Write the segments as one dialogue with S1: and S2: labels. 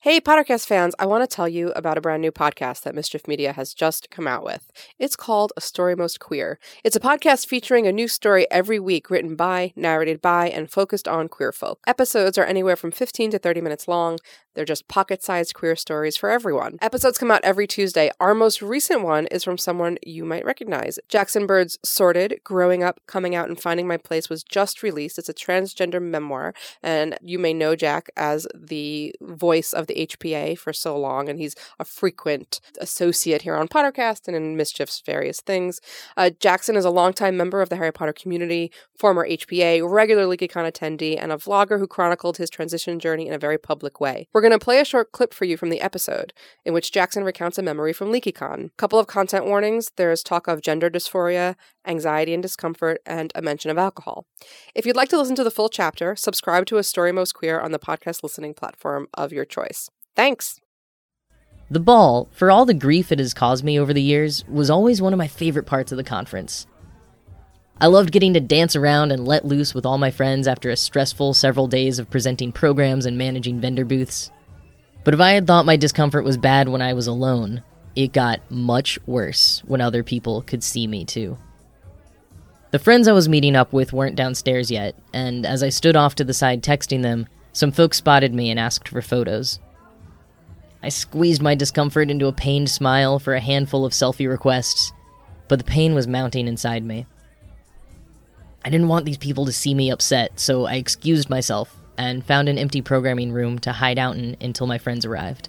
S1: Hey, Pottercast fans, I want to tell you about a brand new podcast that Mischief Media has just come out with. It's called A Story Most Queer. It's a podcast featuring a new story every week written by, narrated by, and focused on queer folk. Episodes are anywhere from 15 to 30 minutes long. They're just pocket sized queer stories for everyone. Episodes come out every Tuesday. Our most recent one is from someone you might recognize. Jackson Bird's Sorted, Growing Up, Coming Out, and Finding My Place was just released. It's a transgender memoir, and you may know Jack as the voice of the HPA for so long, and he's a frequent associate here on Pottercast and in Mischief's various things. Uh, Jackson is a longtime member of the Harry Potter community, former HPA, regular LeakyCon attendee, and a vlogger who chronicled his transition journey in a very public way. We're going to play a short clip for you from the episode, in which Jackson recounts a memory from LeakyCon. Couple of content warnings: there is talk of gender dysphoria, anxiety and discomfort, and a mention of alcohol. If you'd like to listen to the full chapter, subscribe to A Story Most Queer on the podcast listening platform of your choice. Thanks.
S2: The ball, for all the grief it has caused me over the years, was always one of my favorite parts of the conference. I loved getting to dance around and let loose with all my friends after a stressful several days of presenting programs and managing vendor booths. But if I had thought my discomfort was bad when I was alone, it got much worse when other people could see me too. The friends I was meeting up with weren't downstairs yet, and as I stood off to the side texting them, some folks spotted me and asked for photos. I squeezed my discomfort into a pained smile for a handful of selfie requests, but the pain was mounting inside me. I didn't want these people to see me upset, so I excused myself and found an empty programming room to hide out in until my friends arrived.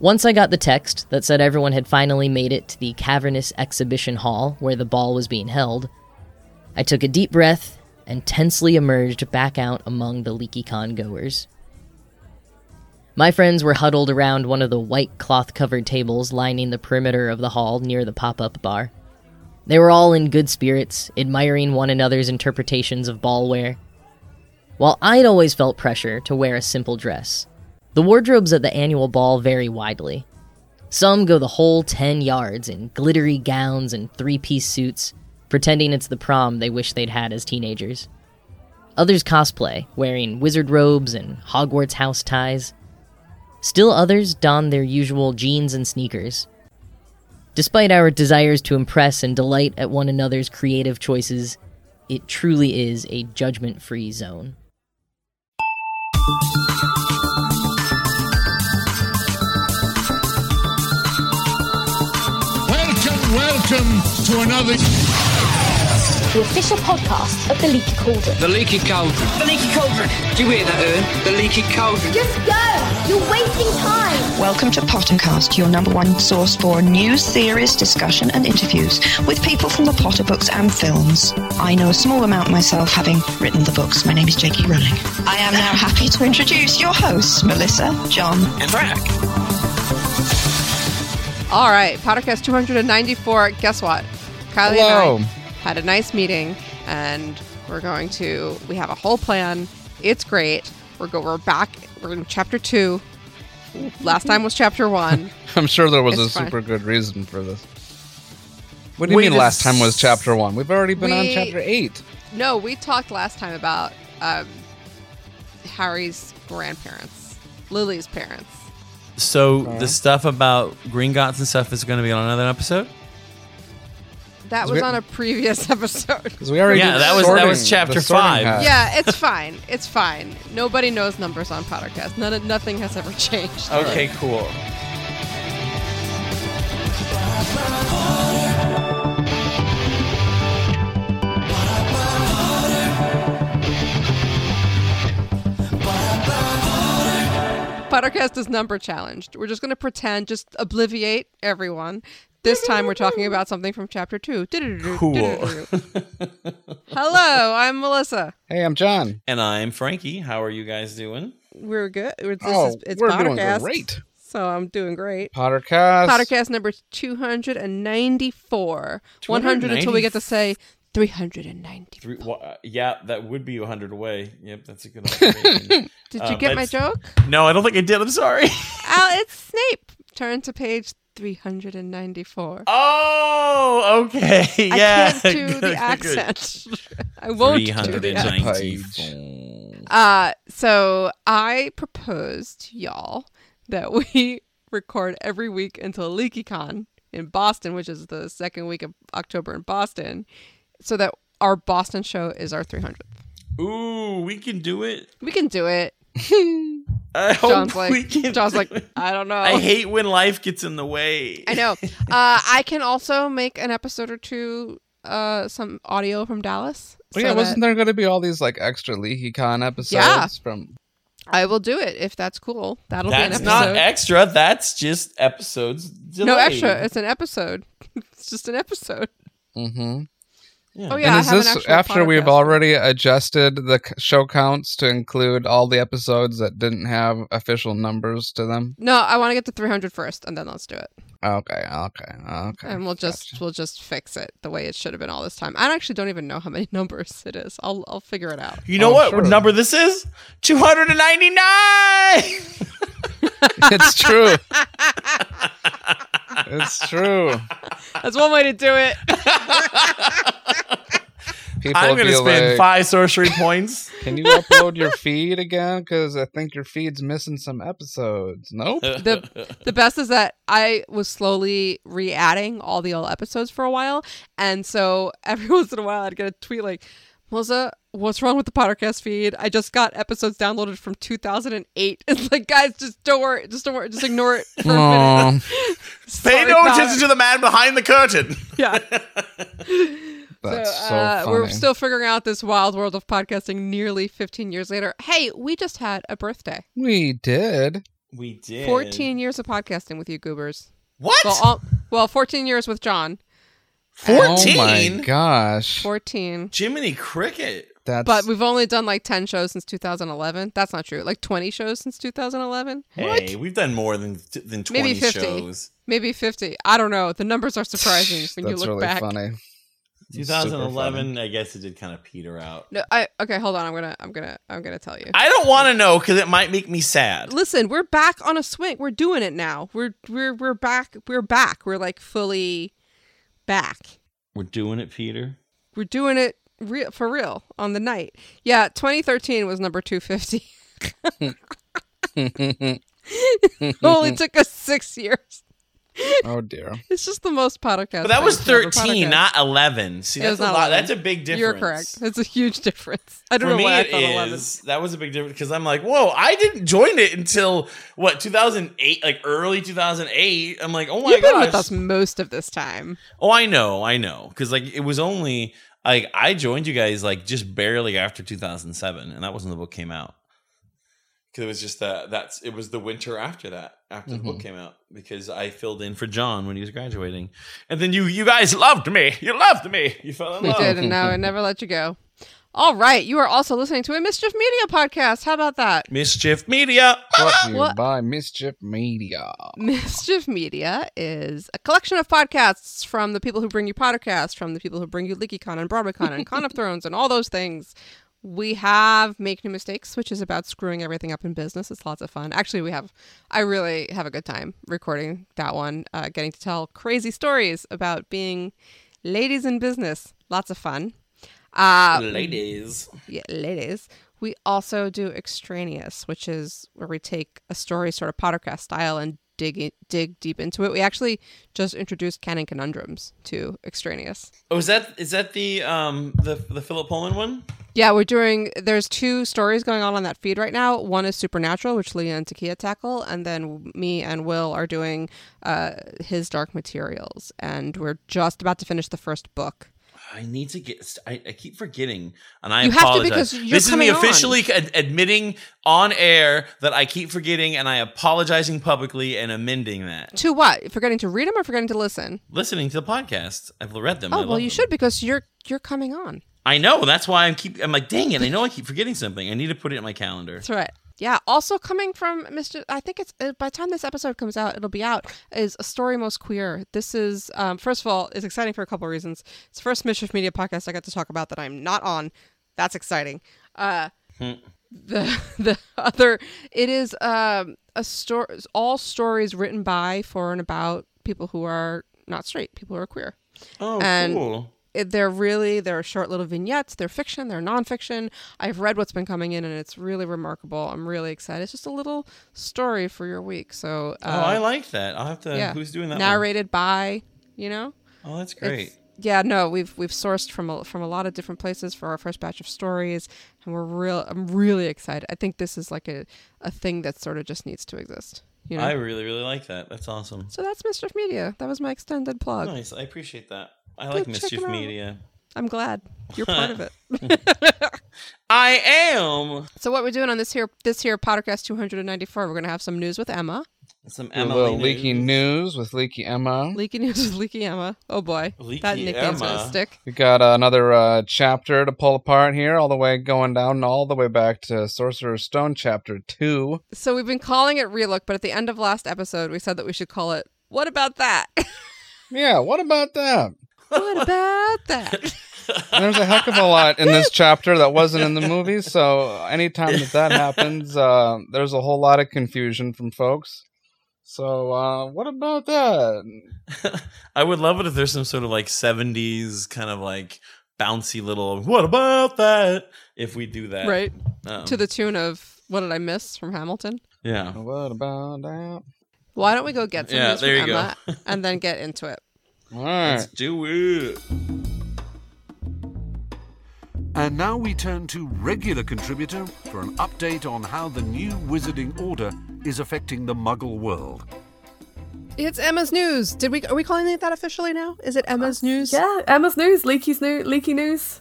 S2: Once I got the text that said everyone had finally made it to the cavernous exhibition hall where the ball was being held, I took a deep breath and tensely emerged back out among the LeakyCon goers. My friends were huddled around one of the white cloth covered tables lining the perimeter of the hall near the pop up bar. They were all in good spirits, admiring one another's interpretations of ballware. While I'd always felt pressure to wear a simple dress, the wardrobes at the annual ball vary widely. Some go the whole 10 yards in glittery gowns and three piece suits, pretending it's the prom they wish they'd had as teenagers. Others cosplay, wearing wizard robes and Hogwarts house ties. Still others don their usual jeans and sneakers. Despite our desires to impress and delight at one another's creative choices, it truly is a judgment free zone.
S3: Welcome, welcome to another.
S4: the official podcast of the Leaky Cauldron.
S5: The leaky cauldron. The leaky cauldron. Do you hear that, Ern? The leaky cauldron.
S4: Just go! You're wasting time!
S6: Welcome to Pottercast, your number one source for news, theories, discussion, and interviews with people from the Potter books and films. I know a small amount myself, having written the books. My name is Jakey Rowling. I am now happy to introduce your hosts, Melissa, John, and Frank.
S1: All right, Pottercast 294. Guess what? Kylie
S3: Hello.
S1: and I had a nice meeting, and we're going to. We have a whole plan. It's great. We're go. We're back. We're in chapter two. Last time was chapter one.
S3: I'm sure there was
S1: It's
S3: a
S1: fine.
S3: super good reason for this. What do you
S7: Wait
S3: mean
S7: a
S3: last time was
S7: s-
S3: chapter one? We've already been on
S1: We-
S3: chapter eight.
S1: No, we talked last time about um, Harry's grandparents, Lily's parents.
S7: So the stuff about Green Gots and stuff is going to be on another episode.
S1: That
S3: Is
S1: was
S3: we-
S1: on a previous episode.
S3: Because we already
S7: Yeah,
S3: did
S7: that was- that
S3: sorting,
S7: was chapter
S3: the sorting
S7: five.
S3: hat.
S1: yeah, it's fine. It's fine. Nobody knows numbers on Pottercast. None, of- nothing has ever changed.
S7: Okay, cool.
S1: Pottercast is number challenged. We're just going to pretend, just obliviate everyone. This time we're talking about something from chapter two.
S7: Cool.
S1: Hello, I'm Melissa.
S3: Hey, I'm John.
S7: And I'm Frankie. How are you guys doing?
S1: We're good. We're- This
S3: oh,
S1: is, it's
S3: we're
S1: Pottercast,
S3: doing great.
S1: So I'm doing great.
S3: Pottercast.
S1: Pottercast number 294. 100 until we get to say 394.
S8: Three, wha- uh, yeah, that would be 100 away. Yep, that's a good observation.
S1: Did you
S3: uh,
S8: Um,
S1: get my
S8: that's-
S1: joke?
S7: No, I don't think I did. I'm sorry.
S1: Al, it's Snape. Turn to page 394.
S7: Oh, okay.
S1: I
S7: Yeah.
S1: can't do
S7: Good, good,
S1: the
S7: good.
S1: accent. I won't do the accent.
S7: 394.
S1: Uh, so I propose to y'all that we record every week until LeakyCon in Boston, which is the second week of October in Boston, so that our Boston show is our 300th.
S7: Ooh, we can do it.
S1: We can do it.
S7: I hope
S1: John's
S7: Oh, we
S1: like,
S7: can.
S1: John's
S7: do
S1: like,
S7: it.
S1: I don't know.
S7: I hate when life gets in the way.
S1: I know. Uh, I can also make an episode or two, uh, some audio from Dallas. so
S3: But Oh, yeah,
S1: that-
S3: wasn't there going to be all these like extra LeakyCon episodes
S1: Yeah.
S3: from?
S1: I will do it if that's cool. That'll
S7: That's
S1: be an
S7: not
S1: episode.
S7: extra. That's just episodes. Delayed.
S1: no extra. It's an episode. it's just an episode.
S3: Mm-hmm.
S1: Oh yeah, I
S3: and is
S1: have an
S3: this
S1: actual
S3: after we've
S1: podcast.
S3: already adjusted the c- show counts to include all the episodes that didn't have official numbers to them?
S1: No, I want to get to 300 first, and then let's do it,
S3: Okay, okay, okay.
S1: and we'll just we'll just fix it the way it should have been all this time. I actually don't even know how many numbers it is. I'll I'll figure it out.
S7: You know
S3: Oh,
S7: what
S3: sure.
S7: number this is? 299!
S3: it's true. it's true.
S1: That's one way to do it.
S3: People
S7: I'm going
S3: be
S7: to spend
S3: like,
S7: five sorcery points.
S3: Can you upload your feed again? Because I think your feed's missing some episodes. Nope.
S1: the the best is that I was slowly re-adding all the old episodes for a while, and so every once in a while I'd get a tweet like, "Melissa, what's wrong with the podcast feed? I just got episodes downloaded from 2008." It's like, guys, just don't worry, just don't worry, just ignore it for a minute.
S3: Aw,
S1: Sorry
S7: Pay no
S1: about
S7: attention
S1: it.
S7: to the man behind the curtain.
S1: yeah.
S3: that's so,
S1: so, uh,
S3: funny.
S1: we're still figuring out this wild world of podcasting nearly 15 years later. Hey, we just had a birthday.
S3: we did.
S7: We did.
S1: 14 years of podcasting with you goobers.
S7: What?
S1: Well, all, well, 14 years with John.
S7: 14?
S3: Oh my gosh.
S1: 14.
S7: Jiminy Cricket.
S3: That's
S1: But we've only done like 10 shows since 2011. That's not true. Like 20 shows since 2011.
S7: Hey, we've done more than than 20
S1: Maybe 50.
S7: shows.
S1: Maybe 50. I don't know. The numbers are surprising when you
S3: that's
S1: look
S3: really
S1: back.
S3: funny.
S7: 2011, I guess it did kind of peter out.
S1: No, I okay, hold on. I'm going to I'm going to I'm going to tell you.
S7: I don't want to know because it might make me sad.
S1: Listen, we're back on a swing. We're doing it now. We're we're we're back. We're back. We're like fully back.
S7: We're doing it, Peter.
S1: We're doing it real for real on the night. Yeah, 2013 was number 250. only took us 6 years.
S3: Oh dear.
S1: It's just the most podcast.
S7: But that was
S1: things ever
S7: 13,
S1: podcast.
S7: not 11. See,
S1: It
S7: that's
S1: was
S7: a
S1: not
S7: lot.
S1: 11.
S7: That's a big difference.
S1: You're correct. That's a huge difference. I don't
S7: For
S1: know
S7: me,
S1: why I
S7: it
S1: thought 11.
S7: is. That was a big difference because I'm like, whoa, I didn't join it until what 2008, like early 2008. I'm like, oh my
S1: You've been with
S7: gosh.
S1: us most of this time.
S7: Oh, I know, I know, because like it was only like I joined you guys like just barely after 2007, and that was when the book came out. Because it was just that that's it was the winter after that after the
S1: Mm-hmm.
S7: book came out because I filled in for John when he was graduating, and then you you guys loved me, you loved me, you fell in
S1: We
S7: love.
S1: did, and now I never let you go. All right, you are also listening to a Mischief Media podcast. How about that?
S7: Mischief Media.
S3: Brought to you
S1: What?
S3: by Mischief Media.
S1: Mischief Media is a collection of podcasts from the people who bring you podcasts, from the people who bring you LeakyCon and BroadwayCon and Con of Thrones and all those things. We have Make New Mistakes, which is about screwing everything up in business. It's lots of fun. Actually, we have, I really have a good time recording that one, uh, getting to tell crazy stories about being ladies in business. Lots of fun. Uh,
S7: Ladies.
S1: yeah, ladies. We also do extraneous, which is where we take a story sort of podcast style and dig in, dig deep into it. We actually just introduced canon conundrums to extraneous.
S7: Oh, is that is that the um the the Philip Pullman one?
S1: Yeah, we're doing. There's two stories going on on that feed right now. One is supernatural, which Leah and Takia tackle, and then me and Will are doing uh, his dark materials, and we're just about to finish the first book.
S7: I need to get. I, I keep forgetting, and I
S1: You have to
S7: apologize.
S1: because you're
S7: this is me
S1: coming on.
S7: officially ad- admitting on air that I keep forgetting, and I apologizing publicly and amending that.
S1: To what? Forgetting to read them or forgetting to listen?
S7: Listening to the podcast, I've read them. I
S1: Oh
S7: love
S1: well, you
S7: them.
S1: should because you're you're coming on.
S7: I know. That's why I'm keep. I'm like, dang it! I know I keep forgetting something. I need to put it in my calendar.
S1: That's right. Yeah. Also coming from Mr. I think it's uh, by the time this episode comes out, it'll be out. Is a story most queer. This is um, first of all, it's exciting for a couple reasons. It's the first mischief media podcast I got to talk about that I'm not on. That's exciting. Uh,
S7: Hmm.
S1: the the other it is um, a story. All stories written by for and about people who are not straight, people who are queer
S7: Oh,
S1: And-
S7: cool.
S1: it- they're really they're short little vignettes. They're fiction. They're nonfiction. I've read what's been coming in, and it's really remarkable. I'm really excited. It's just a little story for your week. So uh,
S8: oh, I like that. I'll have to.
S1: yeah,
S8: Who's doing that? one?
S1: narrated by you know.
S8: Oh, that's
S1: It's-
S8: great.
S1: Yeah, no, we've we've sourced from a, from a lot of different places for our first batch of stories, and we're real. I'm really excited. I think this is like a, a thing that sort of just needs to exist. You know.
S8: I really, really like that. That's awesome.
S1: so that's Mischief Media. That was my extended plug.
S8: Nice. I appreciate that. I like
S1: check
S8: mischief
S1: 'em out.
S8: media.
S1: I'm glad you're part of it.
S8: I am
S1: So what we're doing on this here this here podcast 294, we're gonna have some news with Emma.
S8: some
S9: Do a
S8: Emily
S9: little leaky news with leaky Emma.
S1: Leaky news with Leaky Emma. Oh boy, that
S8: Leaky
S1: nickname's gonna
S8: Emma.
S1: stick.
S9: We got uh, another uh, chapter to pull apart here, all the way going down, and all the way back to Sorcerer's Stone chapter two.
S1: So we've been calling it Relook, but at the end of last episode, we said that we should call it. What about that?
S9: Yeah, what about that?
S1: what about that?
S9: There's a heck of a lot in this chapter that wasn't in the movie, so anytime that that happens, uh, there's a whole lot of confusion from folks. So, uh, what about that?
S8: I would love it if there's some sort of like 70s kind of like bouncy little what about that if we do that.
S1: right
S8: Um,
S1: to the tune of what did I miss from Hamilton?
S8: Yeah.
S9: What about that?
S1: Why don't we go get some
S8: Yeah,
S1: news from
S8: there you go.
S1: Emma and then get into it?
S9: All right.
S8: Let's do it.
S10: And now we turn to regular contributor for an update on how the new wizarding order is affecting the muggle world.
S1: It's Emma's news. Did we are we calling it that officially now? Is it Emma's news?
S11: Uh, Yeah, Emma's news, Leaky's news, leaky news,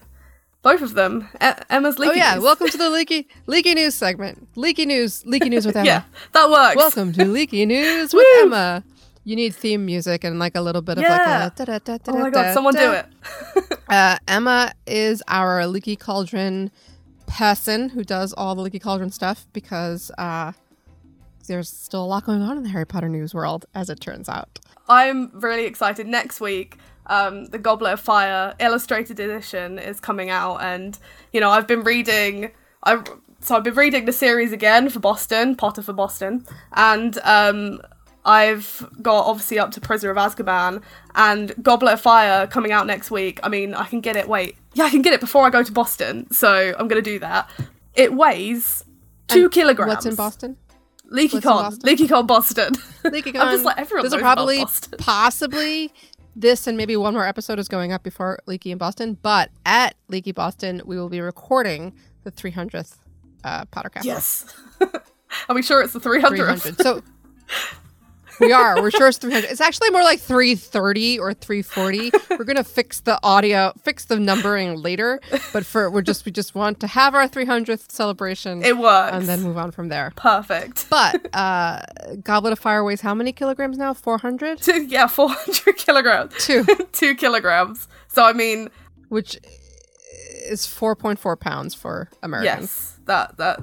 S11: both of them. E- Emma's leaky.
S1: Oh yeah,
S11: news.
S1: welcome to the leaky leaky news segment. Leaky news, leaky news with Emma.
S11: yeah, that works.
S1: Welcome to leaky news with
S11: Woo!
S1: Emma. You need theme music and like a little bit
S11: Yeah.
S1: of like a.
S11: Oh my god, someone do it.
S1: Uh, Emma is our leaky cauldron person who does all the leaky cauldron stuff because uh, there's still a lot going on in the Harry Potter news world, as it turns out.
S11: I'm really excited. Next week, um, the Goblet of Fire illustrated edition is coming out, and you know I've been reading. I so I've been reading the series again for Boston, Potter for Boston, and um, I've got obviously up to Prisoner of Azkaban and Goblet of Fire coming out next week. I mean, I can get it. Wait, yeah, I can get it before I go to Boston, so I'm gonna do that. It weighs two
S1: And
S11: kilograms.
S1: What's in Boston?
S11: Leaky
S1: what's in
S11: con.
S1: Boston?
S11: Leaky con Boston.
S1: Leaky
S11: I'm just like everyone.
S1: There's
S11: knows about
S1: probably
S11: Boston.
S1: possibly this and maybe one more episode is going up before Leaky in Boston, but at Leaky Boston we will be recording the 300th uh, podcast.
S11: Yes. Are we sure it's the 300th?
S1: 300. So we are. We're sure it's 300. It's actually more like 330 or 340. We're going to fix the audio, fix the numbering later, but for we're just we just want to have our 300th celebration
S11: It works.
S1: and then move on from there.
S11: Perfect.
S1: But uh Goblet of Fire weighs how many kilograms now? 400?
S11: yeah, 400 kilograms.
S1: Two.
S11: Two kilograms. So, I mean,
S1: Which is 4.4 pounds for Americans.
S11: yes, that, that,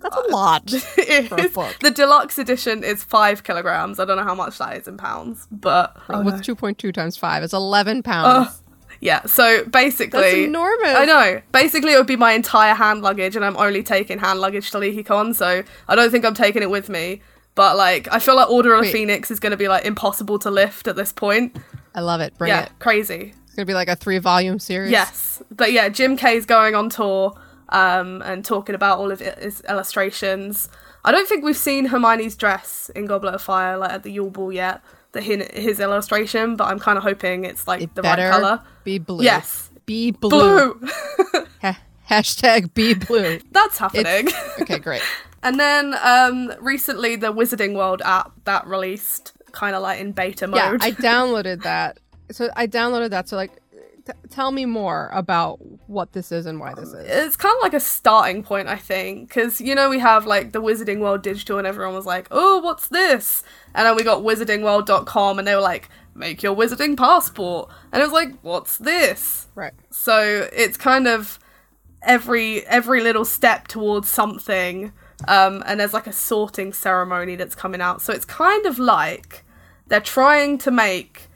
S1: That's a lot.
S11: it
S1: For a
S11: is-
S1: book.
S11: The deluxe edition is five kilograms. I don't know how much that is in pounds, but
S1: What's 2.2 times 5? It's 11
S11: Ugh.
S1: pounds.
S11: yeah. So basically,
S1: That's enormous.
S11: I know. Basically, it would be my entire hand luggage, and I'm only taking hand luggage to LeakyCon, so I don't think I'm taking it with me. But like, I feel like Order of
S1: Wait.
S11: Phoenix is going to be like impossible to lift at this point.
S1: I love it. Bring
S11: yeah,
S1: it.
S11: crazy.
S1: It's going to be like a three volume series.
S11: Yes, but yeah, Jim Kay's going on tour um, and talking about all of his illustrations. I don't think we've seen Hermione's dress in Goblet of Fire like at the Yule Ball yet. The hin- his illustration, but I'm kind of hoping it's like
S1: It
S11: the
S1: better
S11: right color.
S1: be blue.
S11: Yes.
S1: Be blue.
S11: Blue.
S1: Ha- hashtag be blue.
S11: That's happening.
S1: Okay, great.
S11: and then um, recently, the Wizarding World app that released kind of like in beta mode.
S1: Yeah, I downloaded that. So I downloaded that. So like, t- tell me more about what this is and why this is.
S11: it's kind of like a starting point, I think, because you know we have like the Wizarding World digital, and everyone was like, "Oh, what's this?" And then we got WizardingWorld.com, and they were like, "Make your Wizarding passport," and it was like, "What's this?"
S1: Right.
S11: So it's kind of every every little step towards something, um, and there's like a sorting ceremony that's coming out. So it's kind of like they're trying to make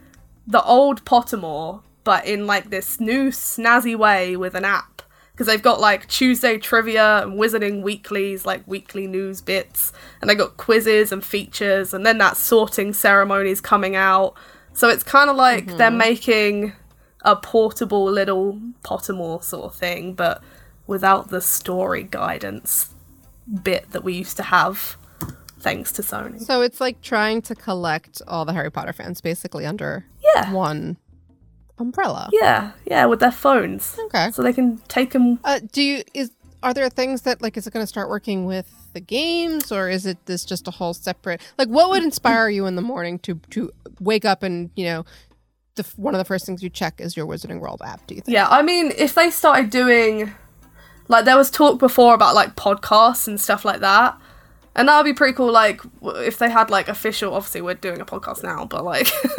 S11: the old Pottermore, but in like this new snazzy way with an app. Because they've got like Tuesday trivia and Wizarding weeklies, like weekly news bits, and they got quizzes and features, and then that sorting ceremony's coming out. So it's kind of like they're making a portable little Pottermore sort of thing, but without the story guidance bit that we used to have, thanks to Sony.
S1: So it's like trying to collect all the Harry Potter fans basically under
S11: yeah.
S1: one umbrella.
S11: Yeah, yeah, with their phones.
S1: Okay.
S11: So they can take them.
S1: Uh, do you is are there things that like is it going to start working with the games or is it this just a whole separate like what would inspire you in the morning to to wake up and you know the f- one of the first things you check is your Wizarding World app? Do you think?
S11: Yeah, I mean, if they started doing, like, there was talk before about like podcasts and stuff like that, and that would be pretty cool. Like, w- if they had like official, obviously we're doing a podcast now, but like,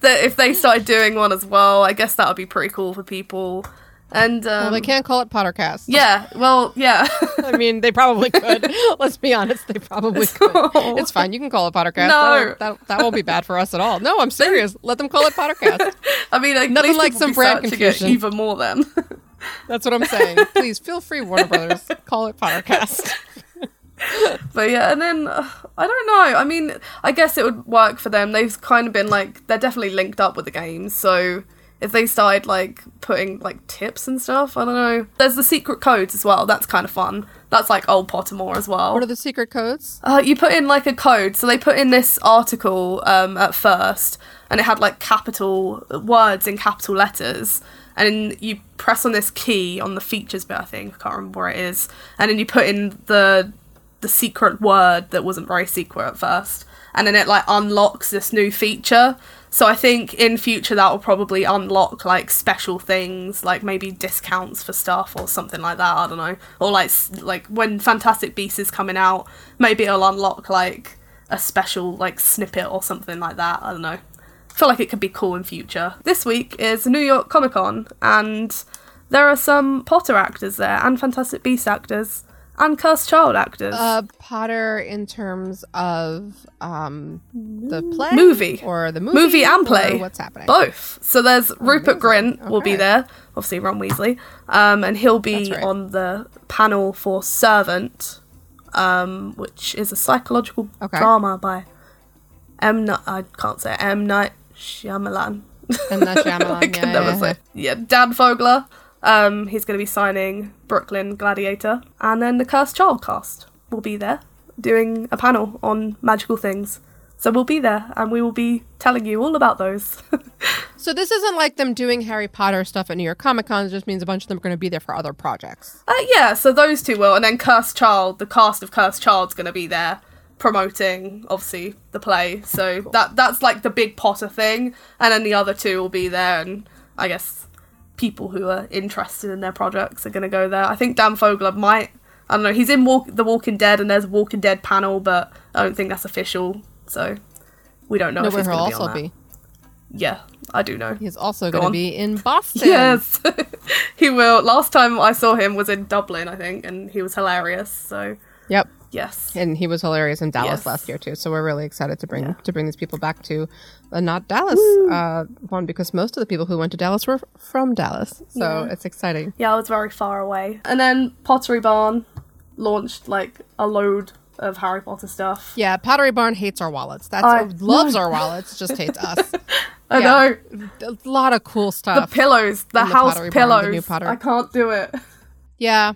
S11: that if they started doing one as well, I guess that would be pretty cool for people. And um,
S1: well, they can't call it Pottercast.
S11: Yeah, well, yeah.
S1: I mean, they probably could. Let's be honest, they probably could. It's fine. You can call it Pottercast.
S11: No.
S1: That, that, that won't be bad for us at all. No, I'm serious. Let them call it Pottercast.
S11: I mean, at
S1: Nothing
S11: least
S1: like
S11: people
S1: some
S11: be
S1: brand
S11: searching it
S1: confusion.
S11: even more then.
S1: That's what I'm saying. Please feel free, Warner Brothers. Call it Pottercast.
S11: but yeah, and then uh, I don't know. I mean, I guess it would work for them. They've kind of been like they're definitely linked up with the games, so if they started like putting like tips and stuff, I don't know. There's the secret codes as well. That's kind of fun. That's like old Pottermore as well.
S1: What are the secret codes?
S11: Uh, you put in like a code. So they put in this article um, at first, and it had like capital words in capital letters. And you press on this key on the features bit, I think. I can't remember where it is. And then you put in the the secret word that wasn't very secret at first. And then it like unlocks this new feature. So I think in future that will probably unlock like special things, like maybe discounts for stuff or something like that. I don't know. Or like s- like when Fantastic Beasts is coming out, maybe it'll unlock like a special like snippet or something like that. I don't know. I feel like it could be cool in future. This week is New York Comic Con, and there are some Potter actors there, and Fantastic Beasts actors, and Cursed Child actors.
S1: Uh, Potter in terms of um, the play
S11: Movie.
S1: or the movie,
S11: movie, and
S1: or
S11: play.
S1: What's happening? Oh,
S11: Both. So there's Rupert Grint will be there, obviously Ron Weasley, um, and he'll be on the panel for Servant, um, which is a psychological
S1: Okay.
S11: drama by M. Night. I can't say it, M. Night Shyamalan.
S1: And that's Shyamalan.
S11: I could
S1: yeah,
S11: never
S1: yeah,
S11: say. Yeah, Dan Fogler. Um, he's going to be signing Brooklyn Gladiator, and then the Cursed Child cast will be there doing a panel on magical things. So we'll be there, and we will be telling you all about those.
S1: So this isn't like them doing Harry Potter stuff at New York Comic Con. It just means a bunch of them are going to be there for other projects.
S11: Uh, yeah, so those two will, and then Cursed Child, the cast of Cursed Child's going to be there promoting, obviously, the play. So that that's like the big Potter thing, and then the other two will be there, and I guess people who are interested in their projects are going to go there. I think Dan Fogler might. I don't know. He's in Walk- the Walking Dead, and there's a Walking Dead panel, but I don't think that's official, so we don't know
S1: No,
S11: if
S1: where
S11: he's
S1: he'll
S11: going to Oh, be
S1: also
S11: on that.
S1: be.
S11: Yeah, I do know.
S1: He's also
S11: Go
S1: going to
S11: on.
S1: be in Boston.
S11: Yes, he will. Last time I saw him was in Dublin, I think, and he was hilarious. So
S1: Yep.
S11: yes,
S1: And he was hilarious in Dallas
S11: Yes.
S1: last year too. So we're really excited to bring to bring these people back to the not Dallas uh, one because most of the people who went to Dallas were from Dallas. So
S11: Yeah.
S1: it's exciting.
S11: yeah, I was very far away. And then Pottery Barn launched like a load of Harry Potter stuff.
S1: Yeah, Pottery Barn hates our wallets. That's
S11: I-
S1: loves our wallets, just hates us.
S11: I
S1: Yeah.
S11: know
S1: A lot of cool
S11: the
S1: stuff.
S11: pillows, the
S1: In the
S11: house
S1: Pottery Barn, the
S11: pillows.
S1: new Potter-
S11: I can't do it.
S1: yeah.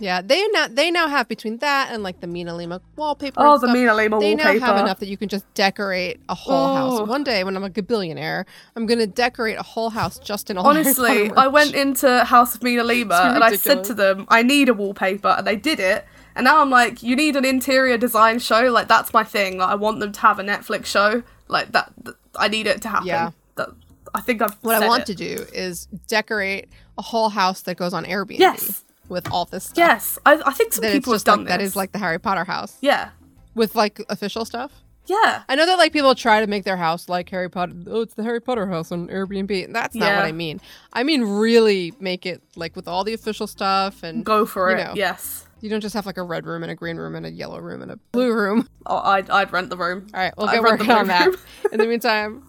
S1: Yeah, they now they now have between that and like the Mina Lima wallpaper.
S11: Oh,
S1: and
S11: the
S1: stuff,
S11: Mina Lima
S1: They now have
S11: wallpaper.
S1: enough that you can just decorate a whole
S11: Oh.
S1: house. One day when I'm like a billionaire, I'm gonna decorate a whole house just in all. Harry
S11: Honestly,
S1: Potter
S11: I went into House of Mina Lima
S1: Oh It's
S11: and I said
S1: ridiculous.
S11: to them, I need a wallpaper, and they did it. And now I'm like, you need an interior design show? Like, that's my thing. Like, I want them to have a Netflix show. Like, that, th- I need it to happen.
S1: Yeah.
S11: That, I think I've
S1: what
S11: said
S1: I want
S11: it.
S1: to do is decorate a whole house that goes on Airbnb
S11: Yes.
S1: with all this stuff.
S11: Yes, I, I think some
S1: That it's
S11: people have
S1: just
S11: done
S1: like, that
S11: this.
S1: is like the Harry Potter house
S11: yeah,
S1: with like official stuff.
S11: yeah.
S1: I know that like people try to make their house like Harry Potter. Oh, it's the Harry Potter house on Airbnb. That's not what
S11: Yeah.
S1: I mean. I mean really make it like with all the official stuff and
S11: Go for
S1: you
S11: it.
S1: know.
S11: Yes,
S1: You don't just have like a red room and a green room and a yellow room and a blue room.
S11: oh, I'd I'd rent the room.
S1: All right, we'll
S11: I'd
S1: get
S11: rent the
S1: working on
S11: blue
S1: that.
S11: room.
S1: In the meantime,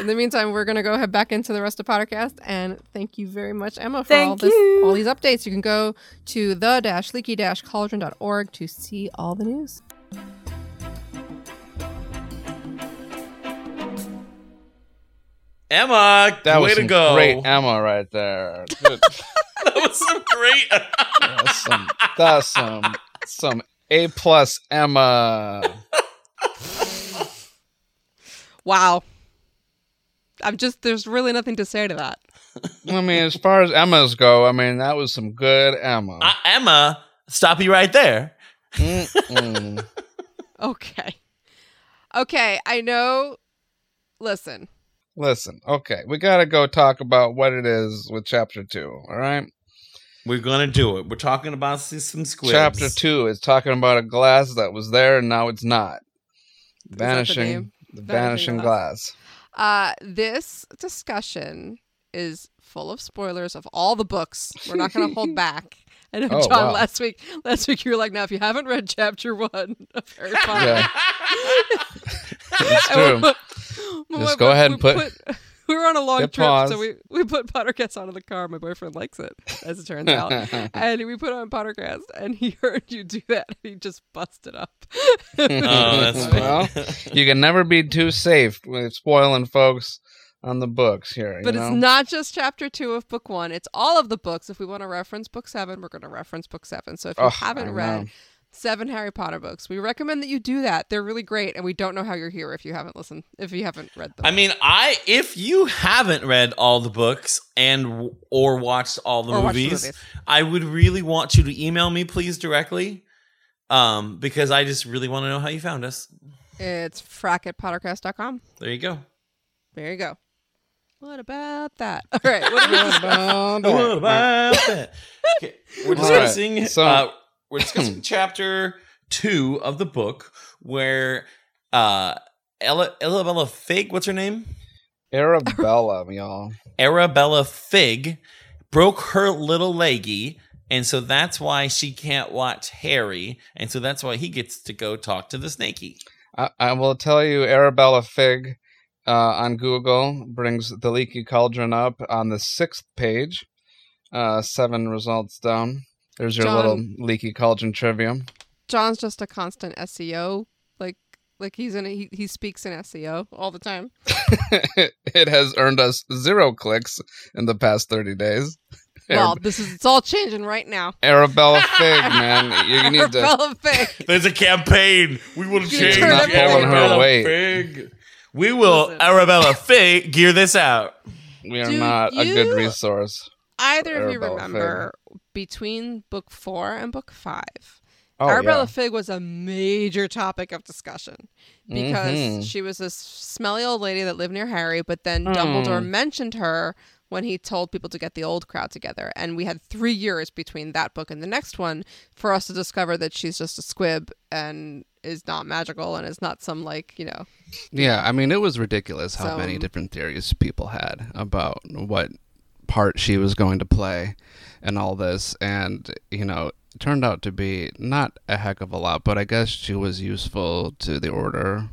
S1: in the meantime, we're gonna go head back into the rest of podcast. And thank you very much, Emma, for all
S11: Thank
S1: this,
S11: you.
S1: all these updates. You can go to the dash leaky dash cauldron.org to see all the news.
S7: Emma,
S3: That
S7: way
S3: was
S7: to
S3: some
S7: go.
S3: great Emma right there. Good.
S7: that was some great. Uh,
S3: that's some that's some some A plus Emma.
S1: Wow. I'm just there's really nothing to say to that.
S3: I mean, as far as Emmas go, I mean that was some good Emma.
S7: Uh, Emma, stop you right there.
S3: Mm-mm.
S1: Okay. Okay, I know. Listen.
S3: Listen, okay, we gotta go talk about what it is with chapter two. All right,
S7: we're gonna do it. We're talking about some squibs.
S3: chapter two is talking about a glass that was there and now it's not.
S1: the
S3: Vanishing,
S1: name?
S3: the
S1: Vanishing
S3: vanishing glass.
S1: Uh this discussion is full of spoilers of all the books. We're not going to hold back. I know, John.
S3: Oh, wow.
S1: Last week, last week you were like, "Now, if you haven't read chapter one of Harry Potter,
S3: Yeah. It's true. Just go ahead and put-
S1: we were on a long
S3: Hit
S1: trip,
S3: pause.
S1: so we, we put Pottercast on in the car. My boyfriend likes it, as it turns out. and we put on Pottercast, and he heard you do that, and he just busted up.
S7: Oh, that's
S3: well, you can never be too safe with spoiling folks on the books here.
S1: But
S3: you know?
S1: it's not just chapter two of book one, it's all of the books. If we want to reference book seven, we're going to reference book seven. So if you
S3: Ugh,
S1: haven't
S3: I
S1: read
S3: know.
S1: seven Harry Potter books, we recommend that you do that. They're really great, and we don't know how you're here if you haven't listened, if you haven't read them.
S7: I mean, I if you haven't read all the books and or watched all the,
S1: Or watched the
S7: movies,
S1: movies.
S7: I would really want you to email me, please, directly, um, because I just really want to know how you found us.
S1: It's frack at pottercast.com.
S7: There you go.
S1: There you go. What about that? All right. What do we
S3: about
S7: What about that? Okay, we're
S3: All right,
S7: discussing.
S3: so-
S7: uh, we're discussing chapter two of the book where uh, Ella, Arabella Fig, what's her name?
S3: Arabella, y'all.
S7: Arabella Fig broke her little leggy, and so that's why she can't watch Harry, and so that's why he gets to go talk to the snaky.
S3: I, I will tell you, Arabella Fig uh, on Google brings the leaky cauldron up on the sixth page, uh, seven results down. There's your
S1: John.
S3: little leaky cauldron trivium.
S1: John's just a constant SEO. Like, like he's in. A, he he speaks in SEO all the time.
S3: it has earned us zero clicks in the past 30 days.
S1: Well, this is it's all changing right now.
S3: Arabella Fig, man. You need to.
S1: Arabella Fig.
S7: There's a campaign. We will
S1: You
S7: change
S1: turn
S3: Not
S1: everything
S3: pulling her
S7: Arabella
S3: weight.
S7: Fig. We will Arabella Fig gear this out.
S3: We are
S1: Do
S3: not a
S1: you-
S3: good resource.
S1: Either of you
S3: Arabella
S1: remember between book four and book five,
S3: Oh,
S1: Arabella
S3: yeah.
S1: Fig was a major topic of discussion because
S3: Mhm.
S1: she was this smelly old lady that lived near Harry, but then
S3: Hmm.
S1: Dumbledore mentioned her when he told people to get the old crowd together. And we had three years between that book and the next one for us to discover that she's just a squib and is not magical and is not some, like, you know,
S12: Yeah, I mean, it was ridiculous how many
S1: Some-
S12: different theories people had about what part she was going to play and all this. And, you know, it turned out to be not a heck of a lot, but I guess she was useful to the order.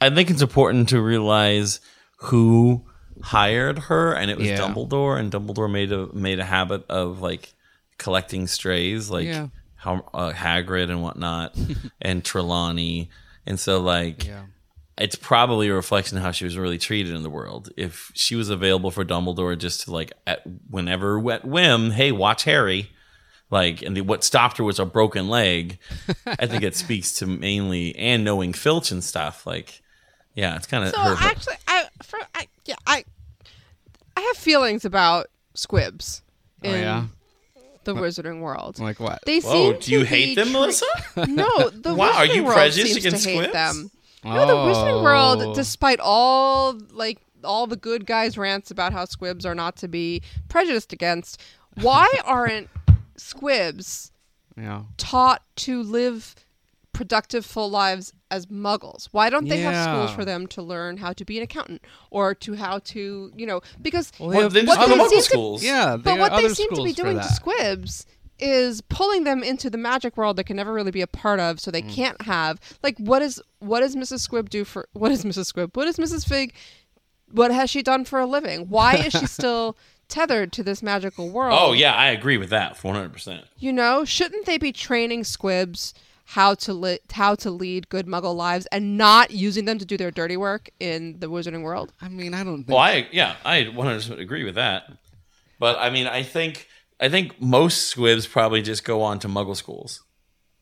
S7: I think it's important to realize who hired her, and it was
S12: Yeah.
S7: Dumbledore. And Dumbledore made a made a habit of like collecting strays, like
S12: Yeah.
S7: how uh, Hagrid and whatnot, and Trelawney. And so, like, it's probably a reflection of how she was really treated in the world. If she was available for Dumbledore just to like at whenever at whim, hey, watch Harry. Like and the, what stopped her was a broken leg. I think it speaks to mainly and knowing Filch and stuff. Like, yeah, it's kind of
S1: So
S7: her.
S1: actually, I, for, I yeah I I have feelings about squibs
S12: Oh,
S1: in
S12: yeah?
S1: the Wizarding world.
S12: Like what?
S1: They
S7: Whoa,
S1: seem
S7: do you
S1: to
S7: hate
S1: be
S7: them,
S1: tre-
S7: Melissa?
S1: No, the
S7: Wow, are
S1: Wizarding
S7: you
S1: world
S7: prejudiced
S1: seems
S7: against
S1: to hate
S7: squibs?
S1: them. No, the Wizarding
S12: Oh.
S1: world, despite all like all the good guys' rants about how squibs are not to be prejudiced against, why aren't squibs
S12: Yeah.
S1: taught to live productive full lives as muggles why don't they have schools
S12: Yeah.
S1: for them to learn how to be an accountant or to how to you know because
S12: Well, then just
S1: what
S12: go to
S1: they
S12: muggle
S1: seem
S12: schools. Yeah,
S1: but
S12: there
S1: what
S12: are
S1: they
S12: other
S1: seem to be
S12: schools for
S1: doing to
S12: that.
S1: squibs is pulling them into the magic world they can never really be a part of so
S12: Mm.
S1: they can't have like what is what does mrs squibb do for what is mrs squibb what is mrs fig what has she done for a living why is she still tethered to this
S12: Oh,
S1: magical world
S7: Oh yeah, I agree with that 100. percent
S1: you know, shouldn't they be training squibs how to li- how to lead good Muggle lives and not using them to do their dirty work in the Wizarding world.
S3: I mean, I don't.
S7: Well, I yeah, I 100 agree with that. But I mean, I think I think most squibs probably just go on to Muggle schools.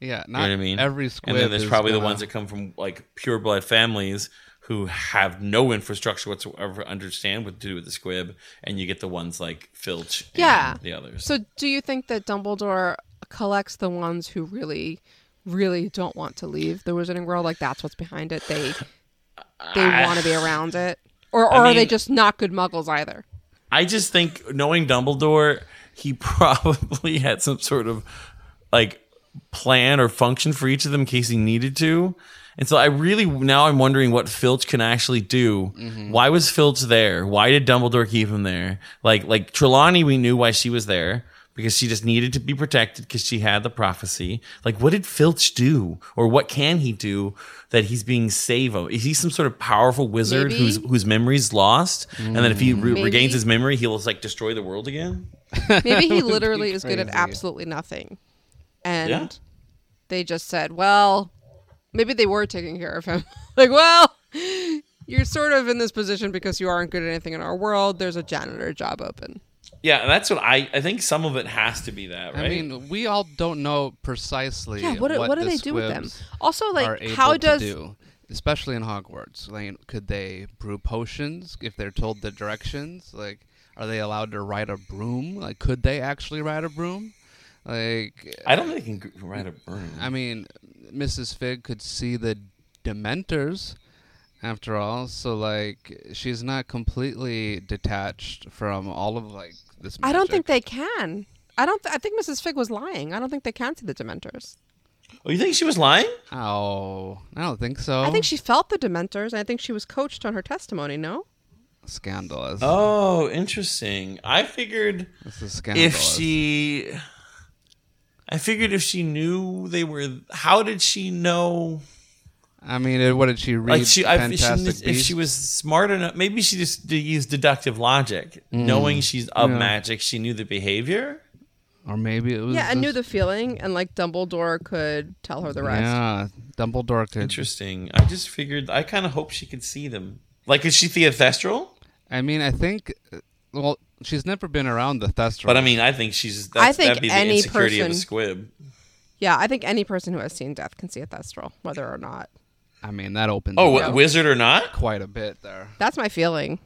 S3: Yeah,
S7: You know what I mean?
S3: every squib.
S7: And then there's
S3: is
S7: probably the
S3: gonna-
S7: ones that come from like pure blood families who have no infrastructure whatsoever, understand what to do with the squib, and you get the ones like Filch. and
S1: Yeah.
S7: the others.
S1: So do you think that Dumbledore collects the ones who really, really don't want to leave the Wizarding world? Like that's what's behind it. They they
S7: I-
S1: want to be around it, or, or
S7: I
S1: are they
S7: mean-
S1: just not good Muggles either?
S7: I just think knowing Dumbledore, he probably had some sort of like plan or function for each of them in case he needed to. And so I really now I'm wondering what Filch can actually do. Why was Filch there? Why did Dumbledore keep him there? Like like Trelawney, we knew why she was there because she just needed to be protected because she had the prophecy. Like what did Filch do, or what can he do that he's being saved of? Is he some sort of powerful wizard
S1: Maybe.
S7: whose whose memory's lost, and then if he re-
S1: Maybe.
S7: regains his memory, he'll just like destroy the world again?
S1: Maybe he
S3: That would be
S1: literally is good at
S3: crazy.
S1: absolutely nothing. And
S7: Yeah.
S1: they just said, well, maybe they were taking care of him. like, well, you're sort of in this position because you aren't good at anything in our world. There's a janitor job open.
S7: Yeah, and that's what I I think some of it has to be that, right?
S3: I mean, we all don't know precisely.
S1: Yeah, what- what do
S3: the
S1: they do with them?
S3: squibs
S1: Also, like,
S3: are able
S1: how
S3: to
S1: does-
S3: do, especially in Hogwarts? Like, could they brew potions if they're told the directions? Like, are they allowed to ride a broom? Like, could they actually ride a broom? Like,
S7: I don't think they can g- ride a broom.
S3: I mean, Mrs. Fig could see the Dementors, after all. So like, she's not completely detached from all of like this.
S1: I don't think
S3: magic.
S1: they can. I don't. Th- I think Mrs. Fig was lying. I don't think they can see the Dementors.
S7: oh, you think she was lying?
S3: Oh, I don't think so.
S1: I think she felt the Dementors, and I think she was coached on her testimony. No,
S3: scandalous.
S7: Oh, interesting. I figured
S3: This is
S7: if
S3: scandalous.
S7: she, I figured if she knew they were, how did she know?
S3: I mean, it- what did she read?
S7: Like she, I, if she,
S3: Fantastic
S7: if
S3: Beasts?
S7: she was smart enough, maybe she just d- used deductive logic,
S3: Mm.
S7: knowing she's of
S3: Yeah.
S7: magic. She knew the behavior.
S3: or maybe it was.
S1: yeah, I
S3: this-
S1: knew the feeling, and like Dumbledore could tell her the rest.
S3: Yeah, Dumbledore could.
S7: Interesting. I just figured. I kind of hope she could see them. Like, is she theothestral?
S3: I mean, I think. Well, she's never been around the Thestral.
S7: But I mean, I think she's. That's,
S1: I think
S7: that'd be the
S1: any
S7: insecurity of a
S1: person-
S7: squib.
S1: Yeah, I think any person who has seen death can see a Thestral, whether or not.
S3: I mean, that opens.
S7: Oh,
S3: it
S7: wi-
S3: up
S7: wizard or not?
S3: Quite a bit there.
S1: That's my feeling.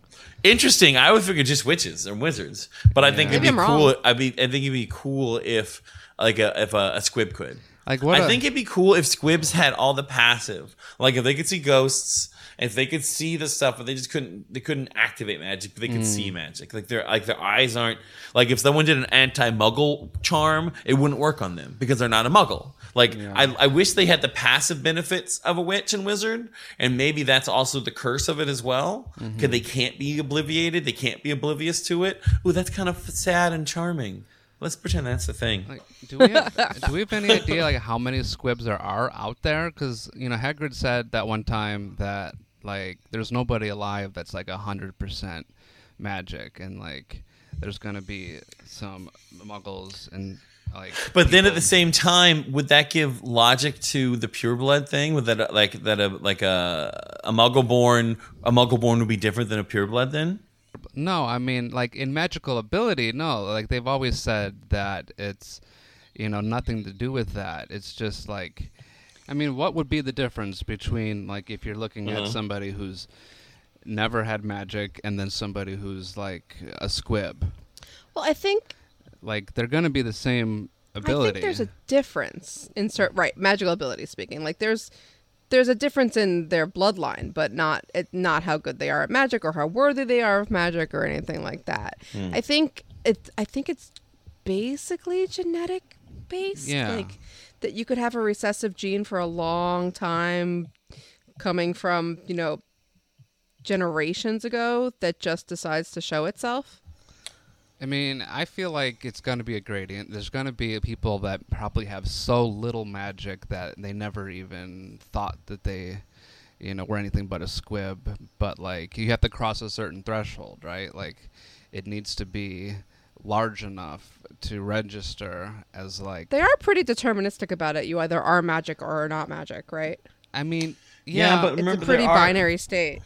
S7: Interesting. I would figure just witches and wizards, but I think
S3: Yeah.
S7: it'd be
S1: Maybe I'm
S7: cool.
S1: wrong.
S7: I'd be. I think it'd be cool if like a if a, a squib could.
S3: Like what?
S7: I
S3: a-
S7: think it'd be cool if squibs had all the passive. Like if they could see ghosts, if they could see the stuff, but they just couldn't. They couldn't activate magic, but they could
S3: Mm.
S7: see magic. Like their like their eyes aren't like if someone did an anti-muggle charm, it wouldn't work on them because they're not a muggle. Like I, I wish they had the passive benefits of a witch and wizard, and maybe that's also the curse of it as well, because
S3: Mhm.
S7: they can't be obliviated, they can't be oblivious to it. Ooh, that's kind of sad and charming. Let's pretend that's the thing.
S3: Like, do we have do we have any idea like how many squibs there are out there? Because you know Hagrid said that one time that like there's nobody alive that's like hundred percent magic, and like there's gonna be some muggles and like.
S7: But then at the same time, would that give logic to the pureblood thing? Would that uh, like that a like a a muggle born a muggle born would be different than a pureblood then?
S3: No, I mean like in magical ability, no. Like they've always said that it's you know nothing to do with that. It's just like I mean, what would be the difference between like if you're looking
S7: Uh-huh.
S3: at somebody who's never had magic and then somebody who's like a squib?
S1: Well, I think
S3: Like they're going to be the same
S1: I
S3: ability.
S1: think there's a difference in certain right magical ability speaking. Like there's there's a difference in their bloodline, but not it, not how good they are at magic or how worthy they are of magic or anything like that.
S3: Hmm.
S1: I think it I think it's basically genetic based.
S3: Yeah.
S1: Like that you could have a recessive gene for a long time coming from, you know, generations ago that just decides to show itself.
S3: I mean, I feel like it's going to be a gradient. There's going to be people that probably have so little magic that they never even thought that they, you know, were anything but a squib. But like, you have to cross a certain threshold, right? Like, it needs to be large enough to register as like
S1: They are pretty deterministic about it. You either are magic or are not magic, right?
S3: I mean,
S7: Yeah, yeah, but
S1: it's
S7: remember
S1: a
S7: they
S1: pretty
S7: are-
S1: binary state.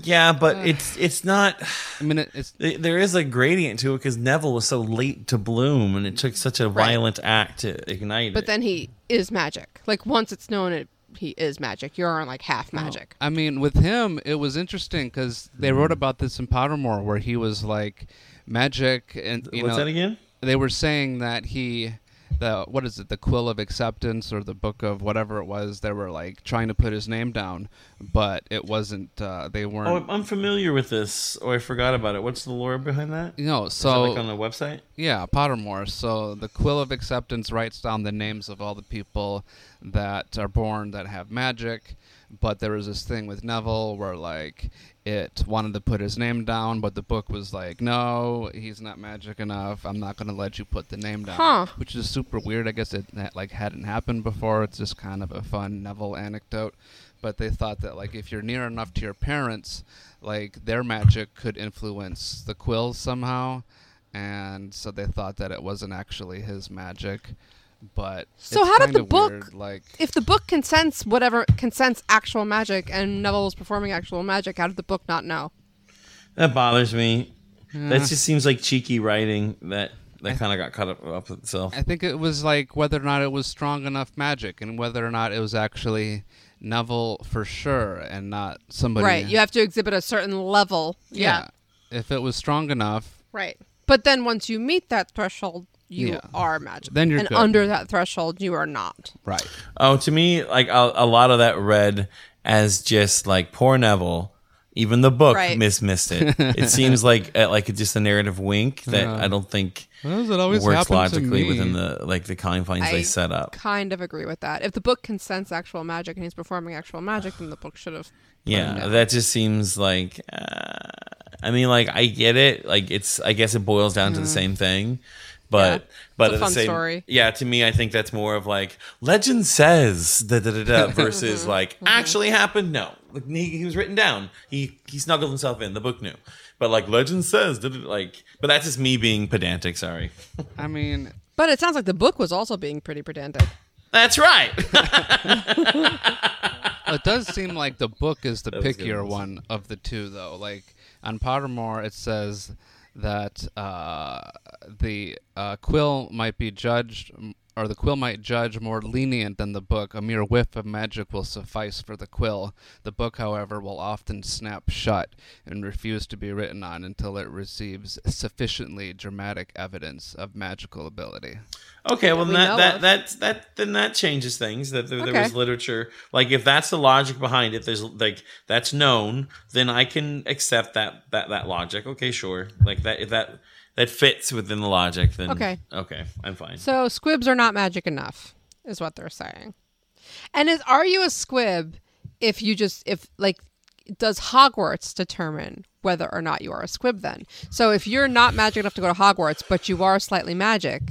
S7: Yeah, but
S1: Ugh.
S7: it's it's not.
S3: I mean, it's
S7: there is a gradient to it because Neville was so late to bloom, and it took such a violent act to ignite.
S1: But
S7: it.
S1: then he is magic. Like once it's known, it, he is magic. You're on like half magic.
S3: I mean, with him, it was interesting because they wrote about this in Pottermore, where he was like magic and you
S7: What's
S3: know,
S7: that again?
S3: They were saying that he, the what is it, the Quill of Acceptance or the Book of whatever it was. They were like trying to put his name down, but it wasn't. Uh, they weren't.
S7: Oh, I'm familiar with this, or I forgot about it. What's the lore behind that?
S3: No,
S7: Is that,
S3: so
S7: like on the website.
S3: Yeah, Pottermore. So the Quill of Acceptance writes down the names of all the people that are born that have magic, but there was this thing with Neville where like it wanted to put his name down, but the book was like, "No, he's not magic enough. I'm not going to let you put the name down."
S1: Huh.
S3: Which is super weird. I guess it that, like hadn't happened before. It's just kind of a fun Neville anecdote, but they thought that like if you're near enough to your parents, like their magic could influence the quill somehow and so they thought that it wasn't actually his magic. But
S1: So
S3: it's
S1: how did the
S3: kinda
S1: book-
S3: weird, like
S1: If the book can sense whatever can sense actual magic, and Neville was performing actual magic, how did the book not know?
S7: That bothers me.
S3: Yeah.
S7: That just seems like cheeky writing. That that kind of got caught up, up with itself.
S3: I think it was like whether or not it was strong enough magic, and whether or not it was actually Neville for sure, and not somebody.
S1: right. You have to exhibit a certain level. Yeah.
S3: If it was strong enough,
S1: Right. But then once you meet that threshold, you
S3: Yeah.
S1: are magic.
S3: Then you're
S1: and
S7: good.
S1: under that threshold, you are not.
S3: right.
S7: Oh, to me, like a, a lot of that read as just like poor Neville. Even the book
S1: Right.
S7: dismissed it. It seems like uh, like just a narrative wink that
S3: Yeah.
S7: I don't think
S3: Why does it always happen
S7: works
S3: to
S7: logically
S3: me?
S7: within the like the confines
S1: I
S7: they set up.
S1: kind of agree with that. If the book can sense actual magic and he's performing actual magic, then the book should have.
S7: Yeah, that just seems like. Uh, I mean, like I get it. Like it's. I guess it boils down to the
S1: Mhm.
S7: same thing, but
S1: It's
S7: but
S1: a
S7: at
S1: fun
S7: the same.
S1: story.
S7: Yeah, to me, I think that's more of like legend says da da da da versus
S1: Mm-hmm.
S7: like actually happened. No, like he, he was written down. He he snuggled himself in. The book knew, but like legend says da, da, da, like. But that's just me being pedantic. Sorry.
S3: I mean,
S1: But it sounds like the book was also being pretty pedantic.
S7: That's right.
S3: it does seem like the book is the
S7: That was a good
S3: pickier
S7: one.
S3: one of the two, though. Like on Pottermore, it says that uh, the uh, quill might be judged, or the quill might judge more lenient than the book. A mere whiff of magic will suffice for the quill. The book, however, will often snap shut and refuse to be written on until it receives sufficiently dramatic evidence of magical ability.
S7: Okay, well
S3: we know
S7: that
S3: of.
S7: that, that that then that changes things. That there,
S3: Okay.
S7: there was literature. Like if that's the logic behind it, there's like that's known. Then I can accept that that that logic. Okay, sure. Like that if that that fits within the logic. Then
S1: Okay.
S7: okay, I'm fine.
S1: So squibs are not magic enough, is what they're saying. And is are you a squib if you just if like does Hogwarts determine whether or not you are a squib then? So if you're not magic enough to go to Hogwarts, but you are slightly magic,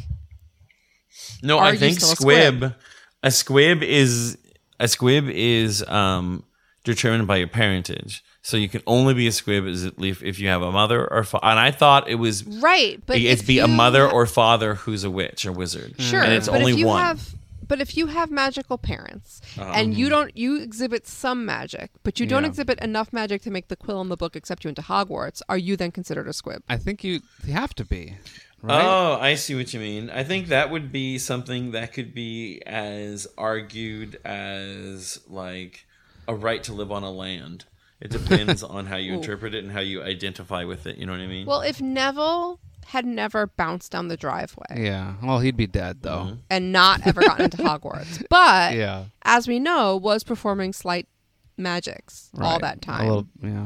S7: No,
S1: Are
S7: I
S1: you
S7: think
S1: still a
S7: squib,
S1: squib?
S7: a squib is a squib is um determined by your parentage. So you can only be a squib is at least if you have a mother or fa- and I thought it was
S1: Right, but
S7: it's
S1: if
S7: be a
S1: you
S7: mother or father who's a witch or wizard.
S1: Sure,
S7: and it's
S1: but
S7: only
S1: if you
S7: one.
S1: have but if you have magical parents and
S7: Uh-huh.
S1: you don't you exhibit some magic, but you don't
S3: Yeah.
S1: exhibit enough magic to make the quill in the book accept you into Hogwarts, are you then considered a squib?
S3: I think you have to be. Right?
S7: Oh, I see what you mean. I think that would be something that could be as argued as like a right to live on a land. It depends on how you
S1: Ooh.
S7: interpret it and how you identify with it. You know what I mean?
S1: Well, if Neville had never bounced down the driveway
S3: Yeah. Well, he'd be dead though.
S7: Mm-hmm.
S1: and not ever gotten into Hogwarts, but
S3: Yeah.
S1: as we know, was performing slight magics all
S3: Right.
S1: that
S3: A
S1: time,
S3: little- yeah.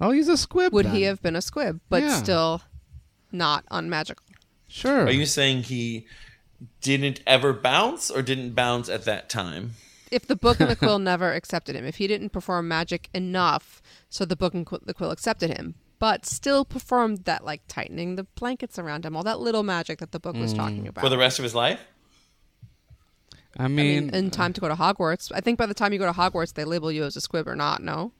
S3: Oh, he's a squib.
S1: would
S3: then.
S1: he have been a squib, but
S3: Yeah.
S1: still not unmagical?
S3: Sure.
S7: Are you saying he didn't ever bounce or didn't bounce at that time?
S1: if the book and the quill never accepted him, if he didn't perform magic enough, so the book and qu- the quill accepted him, but still performed that like tightening the blankets around him, all that little magic that the book was
S3: Mm.
S1: talking about.
S7: For the rest of his life?
S3: I
S1: I
S3: mean,
S1: mean, in time to go to Hogwarts, I think by the time you go to Hogwarts, they label you as a squib or not. No,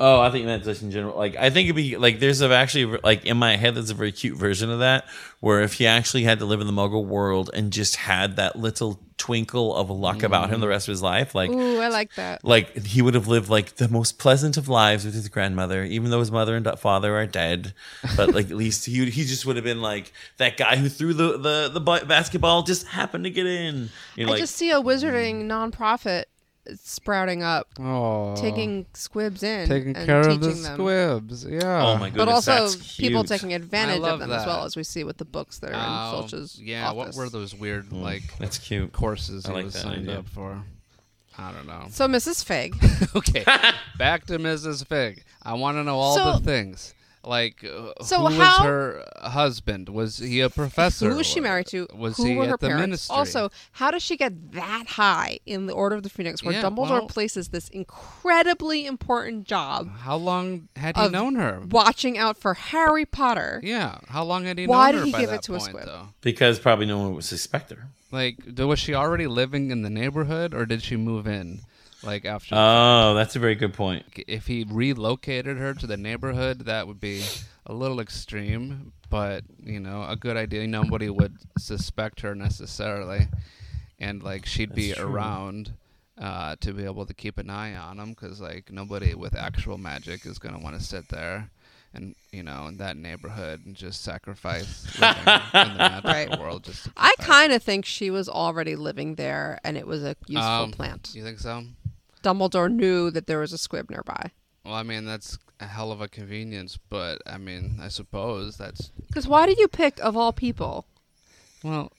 S7: Oh, I think that's just in general. Like, I think it'd be like there's a actually like in my head that's a very cute version of that, where if he actually had to live in the Muggle world and just had that little twinkle of luck about him the rest of his life, like,
S1: Ooh, I like that.
S7: like he would have lived like the most pleasant of lives with his grandmother, even though his mother and father are dead. But like at least he he just would have been like that guy who threw the the the bu- basketball just happened to get in. You know,
S1: I
S7: like
S1: just see a wizarding nonprofit sprouting up,
S3: Oh,
S1: uh, taking squibs in,
S3: taking
S1: and
S3: care of
S1: teaching
S3: the
S1: them.
S3: squibs. Yeah.
S7: Oh my
S1: but
S7: goodness,
S1: also
S7: that's
S1: people
S7: cute.
S1: taking advantage
S3: I
S1: of
S3: love
S1: them as
S3: that.
S1: well as we see with the books that are
S3: Oh,
S1: in Filch's
S3: yeah. What
S1: office.
S3: were those weird like
S7: that's cute.
S3: courses
S7: I
S3: he
S7: like
S3: was
S7: that
S3: signed
S7: idea.
S3: up for? I don't know.
S1: So Mrs. Fig.
S3: okay, back to Mrs. Fig. I want to know all
S1: So-
S3: the things. Like, uh,
S1: So
S3: who
S1: how-
S3: was her husband? Was he a professor?
S1: Who was she married to?
S3: Was
S1: Who
S3: he
S1: were
S3: at
S1: her
S3: the
S1: parents?
S3: ministry?
S1: Also, how does she get that high in the Order of the Phoenix, where
S3: Yeah,
S1: Dumbledore
S3: well-
S1: places this incredibly important job
S3: how long had he
S1: of
S3: known her?
S1: watching out for Harry Potter?
S3: Yeah, how long had he
S1: Why
S3: known
S1: did
S3: her
S1: he
S3: by
S1: give
S3: that
S1: it to a
S3: point,
S1: squib?
S3: though?
S7: because probably no one would suspect her.
S3: Like, th- was she already living in the neighborhood, or did she move in? Like after,
S7: Oh, that's a very good point.
S3: if he relocated her to the neighborhood, that would be a little extreme, but you know, a good idea. Nobody would suspect her necessarily, and like she'd be
S7: That's true.
S3: around uh, to be able to keep an eye on him, because like nobody with actual magic is gonna want to sit there. And you know, in that neighborhood, and just sacrifice living in the magical
S1: Right.
S3: world just to
S1: I kind of think she was already living there, and it was a useful
S3: Um,
S1: plant.
S3: You think so?
S1: Dumbledore knew that there was a squib nearby.
S3: Well, I mean that's a hell of a convenience, but I mean I suppose that's
S1: Because why did you pick, of all people,
S3: well.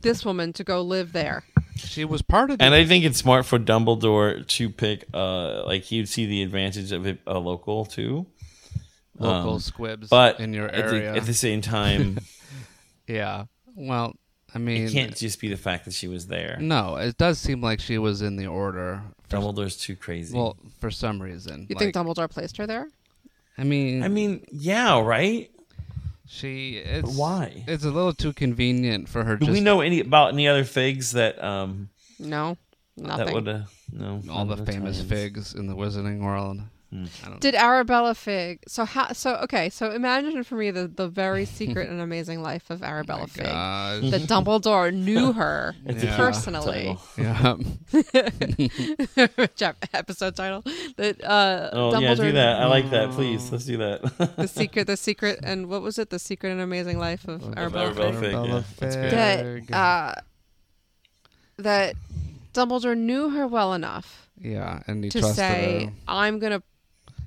S1: this woman to go live there?
S3: She was part of the
S7: And I think it's smart for Dumbledore to pick, uh, like he'd see the advantage of it, a local too,
S3: local
S7: Um,
S3: squibs
S7: but
S3: in your
S7: at the-
S3: area.
S7: At the, same time,
S3: yeah. Well, I
S7: it
S3: mean,
S7: can't just be the fact that she was there.
S3: no, it does seem like she was in the order. For,
S7: Dumbledore's too crazy.
S3: well, for some reason.
S1: You
S3: like,
S1: think Dumbledore placed her there?
S3: I mean,
S7: I mean, yeah, right.
S3: she. It's,
S7: why?
S3: It's a little too convenient for her.
S7: Do
S3: just,
S7: we know any about any other figs that um
S1: No, nothing.
S7: that would uh, no
S3: all
S7: none
S3: the
S7: of
S3: famous
S7: times.
S3: figs in the Wizarding world? I don't.
S1: Did Arabella Fig? So how? So okay. So imagine for me the, the very secret and amazing life of Arabella Fig.
S3: Oh gosh.
S1: That Dumbledore knew her
S7: It's a cute
S1: personally.
S7: title.
S3: yeah.
S1: Which ep- episode title? That uh,
S7: Oh
S1: Dumbledore.
S7: yeah, do that. I like that. Please, let's do that.
S1: The secret, the secret, and what was it? The secret and amazing life of Arabella
S7: Arabella
S1: Fig.
S7: Fig, yeah. That's great.
S1: That uh, that Dumbledore knew her well enough
S3: yeah, and you
S1: to
S3: trusted
S1: say,
S3: her.
S1: "I'm gonna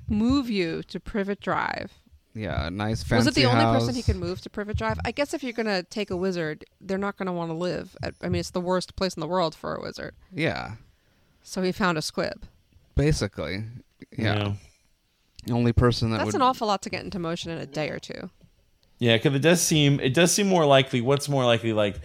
S1: move you to Privet Drive."
S3: Yeah, a nice fancy
S1: was it the only
S3: house.
S1: person he could move to Privet Drive? I guess if you're gonna take a wizard, they're not gonna want to live. At, I mean, it's the worst place in the world for a wizard.
S3: Yeah,
S1: So he found a squib.
S3: basically. Yeah.
S7: yeah.
S3: The only person that
S1: That's
S3: would
S1: an awful lot to get into motion in a day or two.
S7: Yeah, because it does seem it does seem more likely. What's more likely, like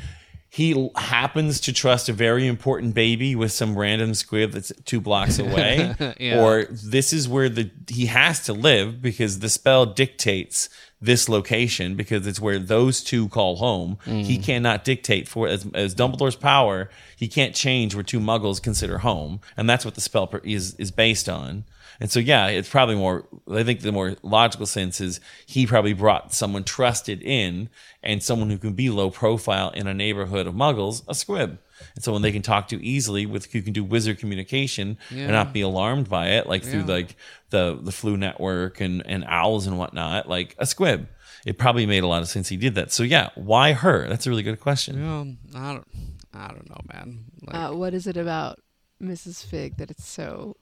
S7: he l- happens to trust a very important baby with some random squib that's two blocks away,
S3: Yeah.
S7: or this is where the he has to live because the spell dictates this location because it's where those two call home. He cannot dictate for as, as Dumbledore's power. He can't change where two Muggles consider home, and that's what the spell per- is is based on. And so, yeah, it's probably more. I think the more logical sense is he probably brought someone trusted in and someone who can be low profile in a neighborhood of Muggles, a squib, and someone they can talk to easily with who can do wizard communication and not be alarmed by it, like through like the the flu network and and owls and whatnot, like a squib. It probably made a lot of sense he did that. So yeah, why her? That's a really good question.
S3: Um, I don't, I don't know, man. Like,
S1: Uh, what is it about Mrs. Fig that it's so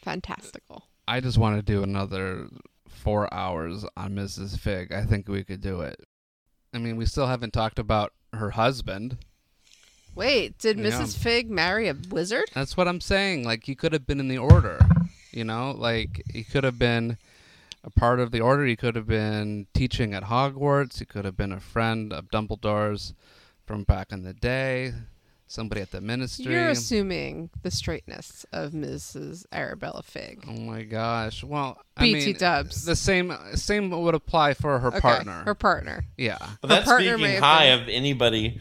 S1: fantastical?
S3: I just want to do another four hours on Mrs. Fig. I think we could do it. I mean, we still haven't talked about her husband.
S1: Wait, did
S3: Yeah.
S1: Mrs. Fig marry a wizard?
S3: That's what I'm saying. Like, he could have been in the order, you know? Like, he could have been a part of the order. He could have been teaching at Hogwarts. He could have been a friend of Dumbledore's from back in the day. Somebody at the ministry.
S1: You're assuming the straightness of Mrs. Arabella Fig.
S3: Oh my gosh! Well, I
S1: BT
S3: mean,
S1: dubs.
S3: The same same would apply for her partner.
S1: Her partner.
S3: yeah,
S7: But
S1: Her
S7: that's
S1: partner may have
S7: speaking high
S1: been-
S7: of anybody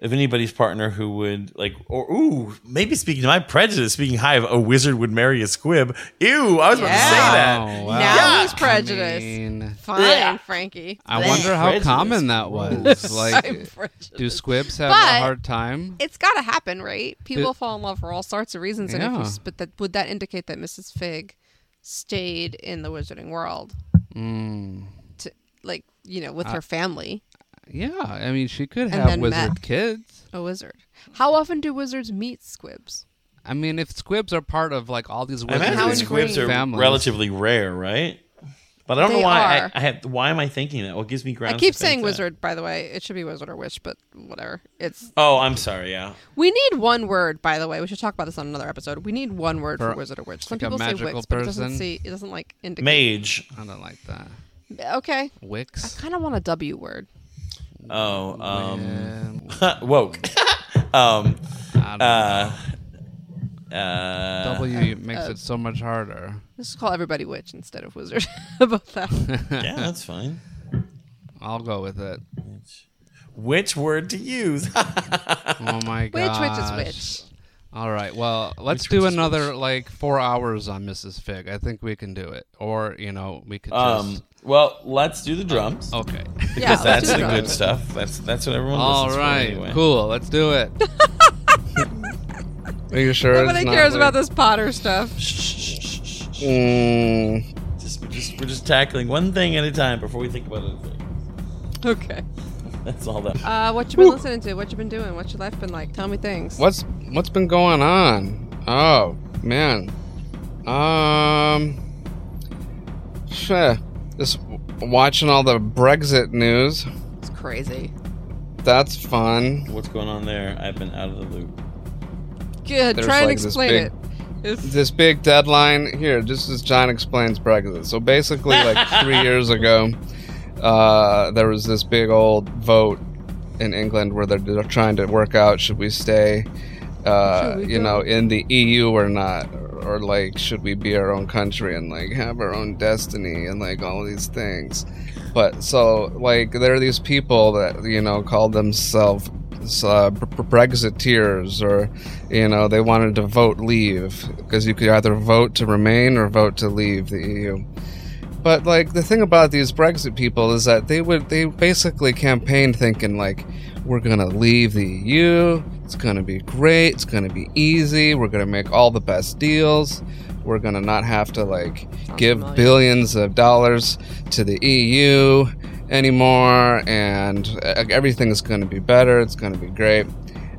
S7: if anybody's partner who would like or ooh maybe speaking to my prejudice speaking high of a wizard would marry a squib ew i was about to say that
S1: Oh, wow. Now he's prejudiced. Fine,
S7: Yeah.
S1: Frankie.
S3: I wonder how
S7: Prejudice.
S3: common that was.
S1: I'm
S3: like, do squibs have
S1: But-
S3: a hard time?
S1: It's got to happen, right? People
S3: It-
S1: fall in love for all sorts of reasons, and if
S3: Yeah.
S1: you, s- but that would that indicate that Mrs. Fig stayed in the wizarding world,
S3: Mm,
S1: to like you know, with
S3: I-
S1: her family,
S3: yeah, I mean, she could
S1: And
S3: have
S1: then
S3: wizard
S1: met.
S3: kids.
S1: a wizard? How often do wizards meet squibs?
S3: I mean, if squibs are part of like all these
S7: I
S3: wizard
S7: imagine these squibs are
S3: families,
S7: relatively rare, right? But I don't
S1: They
S7: know why
S1: are.
S7: I, I have. Why am I thinking that? What gives me grounds?
S1: I keep
S7: to think
S1: saying
S7: that?
S1: wizard, by the way. It should be wizard or witch, but whatever. It's
S7: Oh, I'm sorry. Yeah,
S1: we need one word, by the way. We should talk about this on another episode. We need one word for,
S7: For-
S1: wizard or witch. Some
S3: like a
S1: people say
S3: magical
S1: witch, but it doesn't
S3: person?
S1: see. It doesn't like indicate.
S7: mage.
S3: I don't like that.
S1: Okay.
S3: Wicks.
S1: I kind of want a W word.
S7: Oh, um, woke. um, uh, uh,
S3: W makes
S1: uh,
S3: it so much harder.
S1: Let's just call everybody witch instead of wizard. How About that.
S7: Yeah, that's fine.
S3: I'll go with it.
S7: Which word to use?
S3: oh my
S1: Which
S3: god.
S1: witch is
S3: which? All right. Well, let's
S7: Which
S3: do
S7: witch is
S3: another like four hours on Mrs. Fig. I think we can do it. Or you know, we could just.
S7: Um. Well, let's do the drums.
S3: Okay.
S7: Because
S3: Yeah, let's
S7: that's
S3: do
S7: the
S3: the
S7: good
S3: drums.
S7: stuff. That's that's what everyone.
S3: All
S7: listens for
S3: right.
S7: anyway.
S3: Cool. Let's do it. Are you sure?
S1: Nobody
S3: it's not
S1: cares about
S3: weird?
S1: this Potter stuff.
S3: Mm.
S7: Just, we're just we're just tackling one thing at a time before we think about anything.
S1: Okay.
S7: That's all that.
S1: Uh, what you been listening to? What you been doing? What's your life been like? Tell me things.
S3: What's what's been going on? Oh man, um, shit. just w- watching all the Brexit news.
S1: It's crazy.
S3: That's fun.
S7: What's going on there? I've been out of the loop.
S1: Good.
S3: There's
S1: Try and
S3: like this
S1: explain
S3: big-
S1: it. If-
S3: This big deadline here, just as John explains Brexit. So basically, like three years ago, uh, there was this big old vote in England where they're, they're trying to work out should we stay, uh,
S13: Should we
S3: you
S13: go?
S3: know, in the EU or not, or, or like should we be our own country and like have our own destiny and like all these things. But so like there are these people that you know called themselves uh, Bre- Bre- Brexiteers, or you know they wanted to vote leave because you could either vote to remain or vote to leave the E EU. But like the thing about these Brexit people is that they would they basically campaigned thinking like we're gonna leave the EU. It's gonna be great. It's gonna be easy. We're gonna make all the best deals. We're gonna not have to like give
S13: familiar.
S3: billions of dollars to the EU anymore, and uh, everything is gonna be better. It's gonna be great.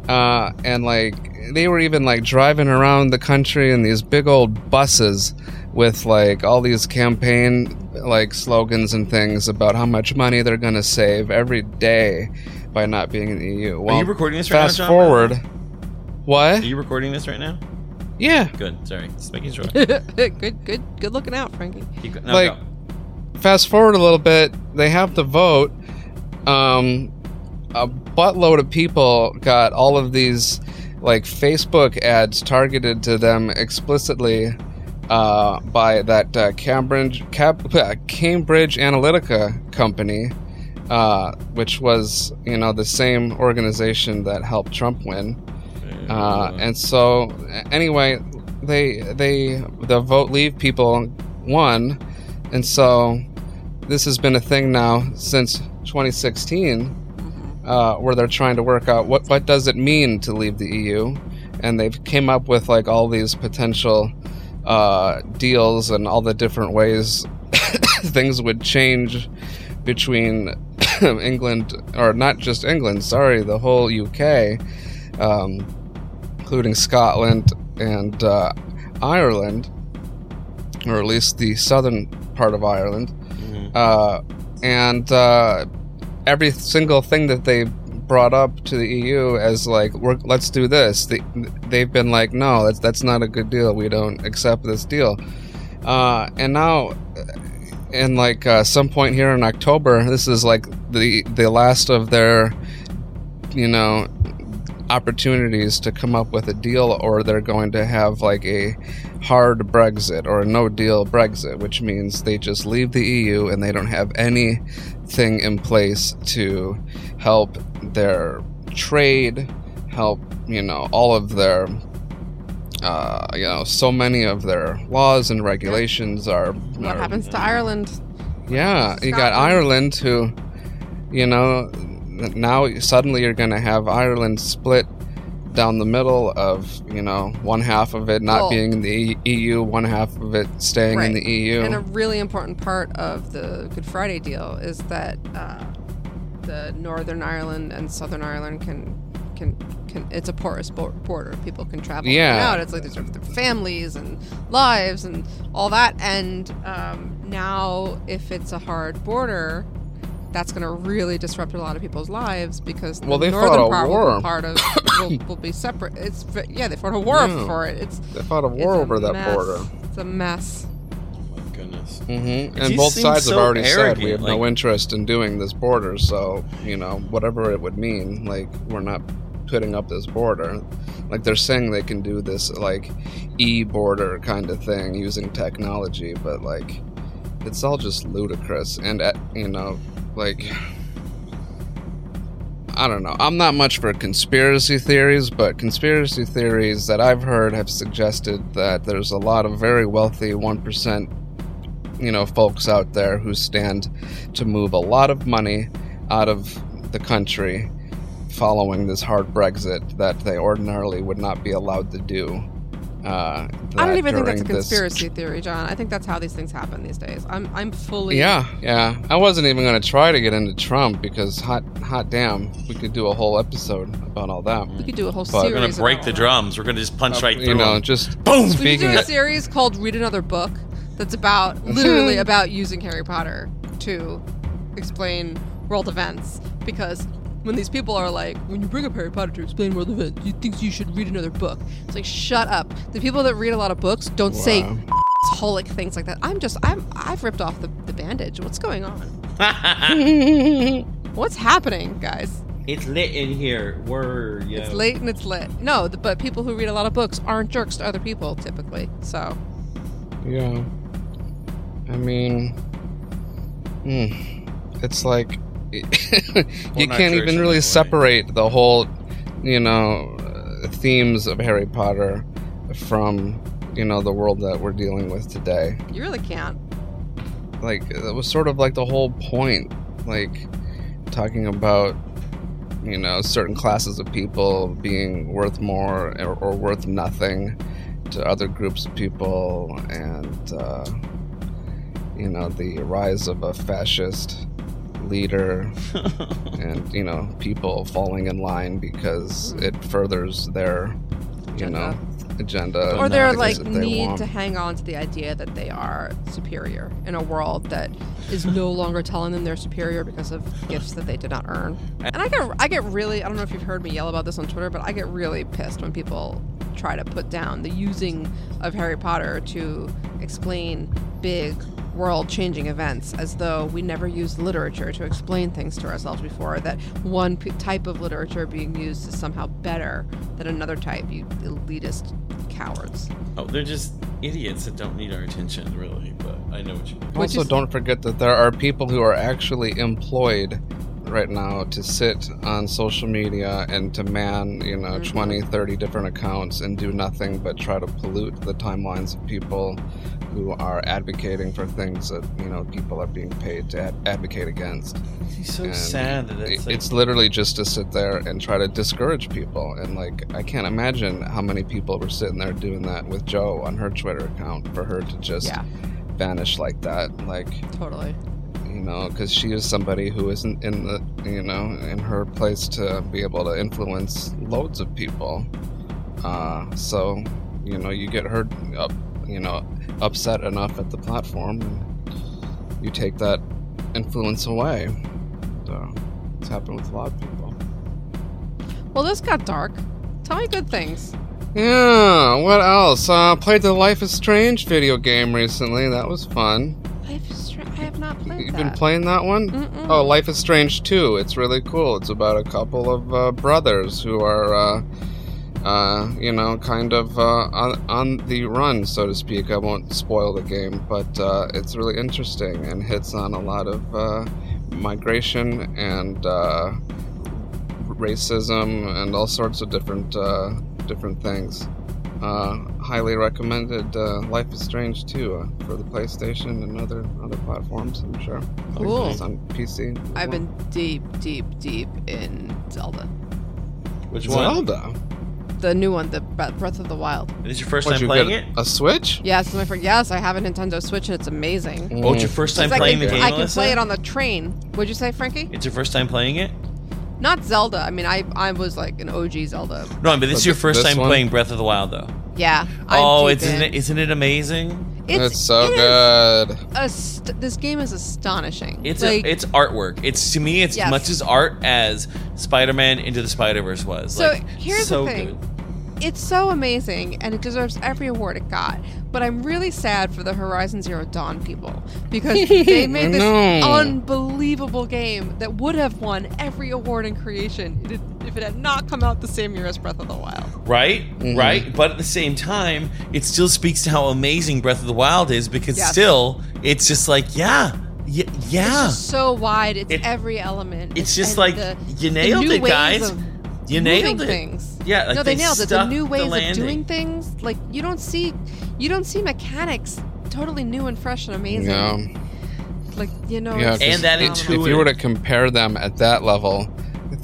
S3: Uh, and like they were even like driving around the country in these big old buses with like all these campaign like slogans and things about how much money they're going to save every day by not being in the EU. Well,
S7: Are you recording this right now,
S3: fast
S7: John?
S3: forward. What?
S7: Are you recording this right now?
S3: Yeah.
S7: Good. Sorry. Just making sure.
S1: good, good, good looking out, Frankie.
S7: Keep go- no,
S3: like
S7: go.
S3: fast forward a little bit they have the vote um a buttload of people got all of these like facebook ads targeted to them explicitly uh, by that uh, cambridge Cab- uh, cambridge analytica company uh, which was you know the same organization that helped trump win uh, and so a- anyway they they the vote leave people won and so this has been a thing now since 2016 uh, where they're trying to work out what what does it mean to leave the EU and they've came up with like all these potential uh, deals and all the different ways things would change between England or not just England sorry the whole UK um, including Scotland and uh, Ireland, or at least the southern part of Ireland. Uh, and uh, every single thing that they brought up to the EU as like, We're, let's do this, they, they've been like, no, that's, that's not a good deal. We don't accept this deal. Uh, and now, in like uh, some point here in October, this is like the the last of their, you know, opportunities to come up with a deal or they're going to have like a hard Brexit or a no deal Brexit, which means they just leave the E EU and they don't have anything in place to help their trade help, you know, all of their, uh, you know, so many of their laws and regulations are.
S1: What
S3: are-
S1: happens to Ireland?
S3: Yeah, you got Ireland who, you know, now suddenly you're going to have Ireland split down the middle of, you know, one half of it not
S1: Well-
S3: being in the EU, one half of it staying in
S1: Right.
S3: the E EU.
S1: And a really important part of the Good Friday deal is that uh, the Northern Ireland and Southern Ireland can can can it's a porous bor- border. People can travel in and
S3: Yeah.
S1: out. It's like there's their families and lives and all that. And um, now, if it's a hard border. That's going to really disrupt a lot of people's lives because
S3: Well,
S1: the
S3: they fought
S1: northern
S3: a
S1: part, will
S3: war.
S1: be, part of, will, will be separate. It's yeah, they fought a war
S3: Yeah.
S1: for it. It's
S3: They fought a
S1: it's
S3: war over that
S1: mess.
S3: border.
S1: It's a mess.
S7: Goodness.
S3: Mm-hmm.
S7: He
S3: And both
S7: seems
S3: sides
S7: so
S3: have already said we
S7: arrogant,
S3: have no
S7: like-
S3: interest in doing this border, so, you know, whatever it would mean, like, we're not putting up this border. Like, they're saying they can do this, like, e border kind of thing using technology, but, like, it's all just ludicrous. And, uh, you know, like, I don't know. I'm not much for conspiracy theories, but conspiracy theories that I've heard have suggested that there's a lot of very wealthy 1%, you know, folks out there who stand to move a lot of money out of the country following this hard Brexit that they ordinarily would not be allowed to do. Uh,
S1: I
S3: that
S1: don't even think that's a
S3: during this-
S1: conspiracy theory, John. I think that's how these things happen these days. I'm I'm fully
S3: Yeah, yeah. I wasn't even going to try to get into Trump because hot, hot damn, we could do a whole episode about all that.
S1: We could do a whole
S3: But-
S1: series.
S7: We're gonna
S1: about
S7: break
S1: all
S7: the
S1: that.
S7: drums. We're gonna just punch right through.
S3: Uh, you know,
S7: them.
S3: just
S7: boom.
S1: We could do
S3: Speaking
S1: a
S3: of,
S1: series called "Read Another Book" that's about literally about using Harry Potter to explain world events because. When these people are like, when you bring up Harry Potter to explain world events, you think you should read another book. It's like, shut up. The people that read a lot of books don't say
S3: Wow.
S1: holic things like that. I'm just, I'm, I've ripped off the, the bandage. What's going on? What's happening, guys?
S8: It's lit in here. Word. Yo.
S1: It's late and it's lit. No, th- but people who read a lot of books aren't jerks to other people typically. So
S3: Yeah. I mean, mm, it's like you
S7: not
S3: can't
S7: jerks
S3: even
S7: in that
S3: really
S7: way.
S3: separate the whole, you know, uh, themes of Harry Potter from, you know, the world that we're dealing with today.
S1: you really can't.
S3: Like, that was sort of like the whole point. Like, talking about, you know, certain classes of people being worth more or, or worth nothing to other groups of people and, uh, you know, the rise of a fascist leader and, you know, people falling in line because it furthers their, you know, agenda.
S1: or
S3: and
S1: their
S3: things
S1: like
S3: that they
S1: need
S3: want.
S1: to hang on to the idea that they are superior in a world that is no longer telling them they're superior because of gifts that they did not earn. And I get I get really I don't know if you've heard me yell about this on Twitter, but I get really pissed when people try to put down the using of Harry Potter to explain big world changing events as though we never used literature to explain things to ourselves before that one p- type of literature being used is somehow better than another type you elitist cowards
S7: Oh, they're just idiots that don't need our attention, really. But I know what you mean.
S3: Also, don't forget that there are people who are actually employed right now to sit on social media and to man, you know,
S1: Mhm.
S3: twenty, thirty 20, 30 different accounts and do nothing but try to pollute the timelines of people who are advocating for things that, you know, people are being paid to ad- advocate against.
S7: It's so
S3: And
S7: sad that it's,
S3: it-
S7: like-
S3: it's literally just to sit there and try to discourage people. And, like, I can't imagine how many people were sitting there doing that with Joe on her Twitter account for her to just
S1: Yeah.
S3: vanish like that. Like,
S1: Totally.
S3: you know, because she is somebody who isn't in the, you know, in her place to be able to influence loads of people. Uh, so, you know, you get her, up, you know, upset enough at the platform, and you take that influence away. And, uh, it's happened with a lot of people.
S1: Well, this got dark. Tell me good things.
S3: Yeah. What else? Uh, played the Life is Strange video game recently. That was fun.
S1: Life is Strange. I have not played
S3: You've
S1: that.
S3: been playing that one?
S1: Mm-mm.
S3: Oh, Life is Strange 2. It's really cool. It's about a couple of uh, brothers who are, uh, uh, you know, kind of uh, on, on the run, so to speak. I won't spoil the game, but uh, it's really interesting and hits on a lot of uh, migration and uh, r- racism and all sorts of different uh, different things. Uh, highly recommended. Uh, Life is Strange too uh, for the PlayStation and other other platforms. I'm sure.
S1: Cool.
S3: It's on PC. as
S1: I've
S3: well.
S1: been deep, deep, deep in Zelda.
S7: Which one?
S3: Zelda.
S1: The new one, the Bre- Breath of the Wild.
S7: And it's your first
S3: What,
S7: time
S3: you
S7: playing
S3: get
S7: it?
S3: A Switch?
S1: Yes, it's my first. Yes, I have a Nintendo Switch and it's amazing.
S7: Oh, it's your first time
S1: Because I
S7: playing
S1: can-
S7: the game,
S1: I can
S7: Alyssa?
S1: play it on the train. Would you say, Frankie?
S7: It's your first time playing it?
S1: Not Zelda. I mean, I I was like an OG Zelda.
S7: No, but this is your first
S3: this
S7: time
S3: one?
S7: playing Breath of the Wild, though.
S1: Yeah. I'm
S7: oh,
S1: deep
S7: it's, isn't
S1: in.
S7: it, isn't it amazing?
S1: It's,
S3: so
S1: it is
S3: good.
S1: ast- this game is astonishing.
S7: It's
S1: like
S7: a, it's artwork. It's to me, it's
S1: Yes.
S7: much as art as Spider-Man Into the Spider-Verse was.
S1: So,
S7: like,
S1: here's
S7: so
S1: the thing.
S7: good.
S1: It's so amazing and it deserves every award it got. But I'm really sad for the Horizon Zero Dawn people because they made this
S3: No.
S1: unbelievable game that would have won every award in creation if it- if it had not come out the same year as Breath of the Wild.
S7: Right, right. But at the same time, it still speaks to how amazing Breath of the Wild is because
S1: Yes.
S7: still, it's just like, yeah, y- yeah.
S1: It's so wide, it's
S7: It-
S1: every element.
S7: It's just
S1: and
S7: like
S1: the-
S7: you
S1: the
S7: nailed
S1: new
S7: it,
S1: ways
S7: guys.
S1: of
S7: You
S1: moving
S7: nailed it.
S1: Things.
S7: Yeah, like
S1: no, they, nailed it. The
S7: stuck
S1: new
S7: the
S1: ways of
S7: landing.
S1: doing things, like you don't see, you don't see mechanics totally new and fresh and amazing.
S3: Yeah.
S1: Like you know,
S3: Yeah,
S1: it's
S3: 'cause
S7: And that
S3: if-
S7: intuitive-
S3: If you were to compare them at that level,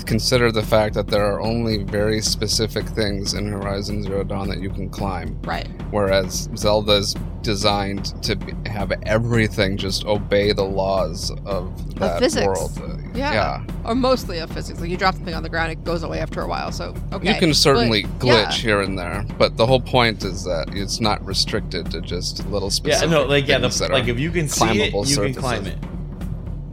S3: consider the fact that there are only very specific things in Horizon Zero Dawn that you can climb.
S1: right.
S3: Whereas Zelda's designed to be- have everything just obey the laws of that
S1: physics.
S3: world. Uh,
S1: Yeah. Or mostly of physics. Like you drop the thing on the ground, it goes away after a while. So okay.
S3: You can certainly
S1: But,
S3: glitch
S1: yeah.
S3: here and there, but the whole point is that it's not restricted to just little
S7: Yeah,
S3: specific.
S7: no, like yeah, the,
S3: things that are
S7: like if you can see it, you
S3: climbable
S7: can
S3: surfaces.
S7: climb it.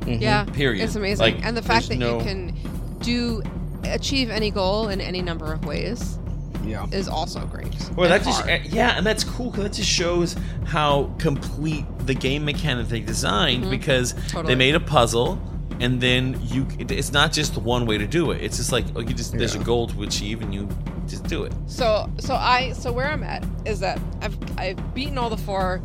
S3: Mhm.
S1: Yeah.
S7: Mm-hmm. Period.
S1: It's amazing.
S7: Like,
S1: and the fact that
S7: there's
S1: you
S7: no-
S1: can do achieve any goal in any number of ways
S3: Yeah.
S1: is also great.
S7: Well, that
S1: And
S7: just eh,
S1: hard.
S7: yeah, and that's cool because that just shows how complete the game mechanic they designed because
S1: Totally.
S7: they made a puzzle, and then you it- it's not just one way to do it. It's just like oh, you just there's a goal to achieve, and you just do it.
S1: So so I so where I'm at is that I've I've beaten all the four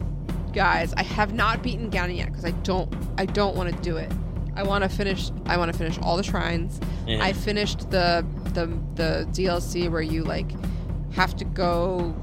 S1: guys. I have not beaten Ganon yet because I don't I don't want to do it. I want to finish I want to finish all the shrines.
S7: Yeah.
S1: I finished the the the DLC where you like have to go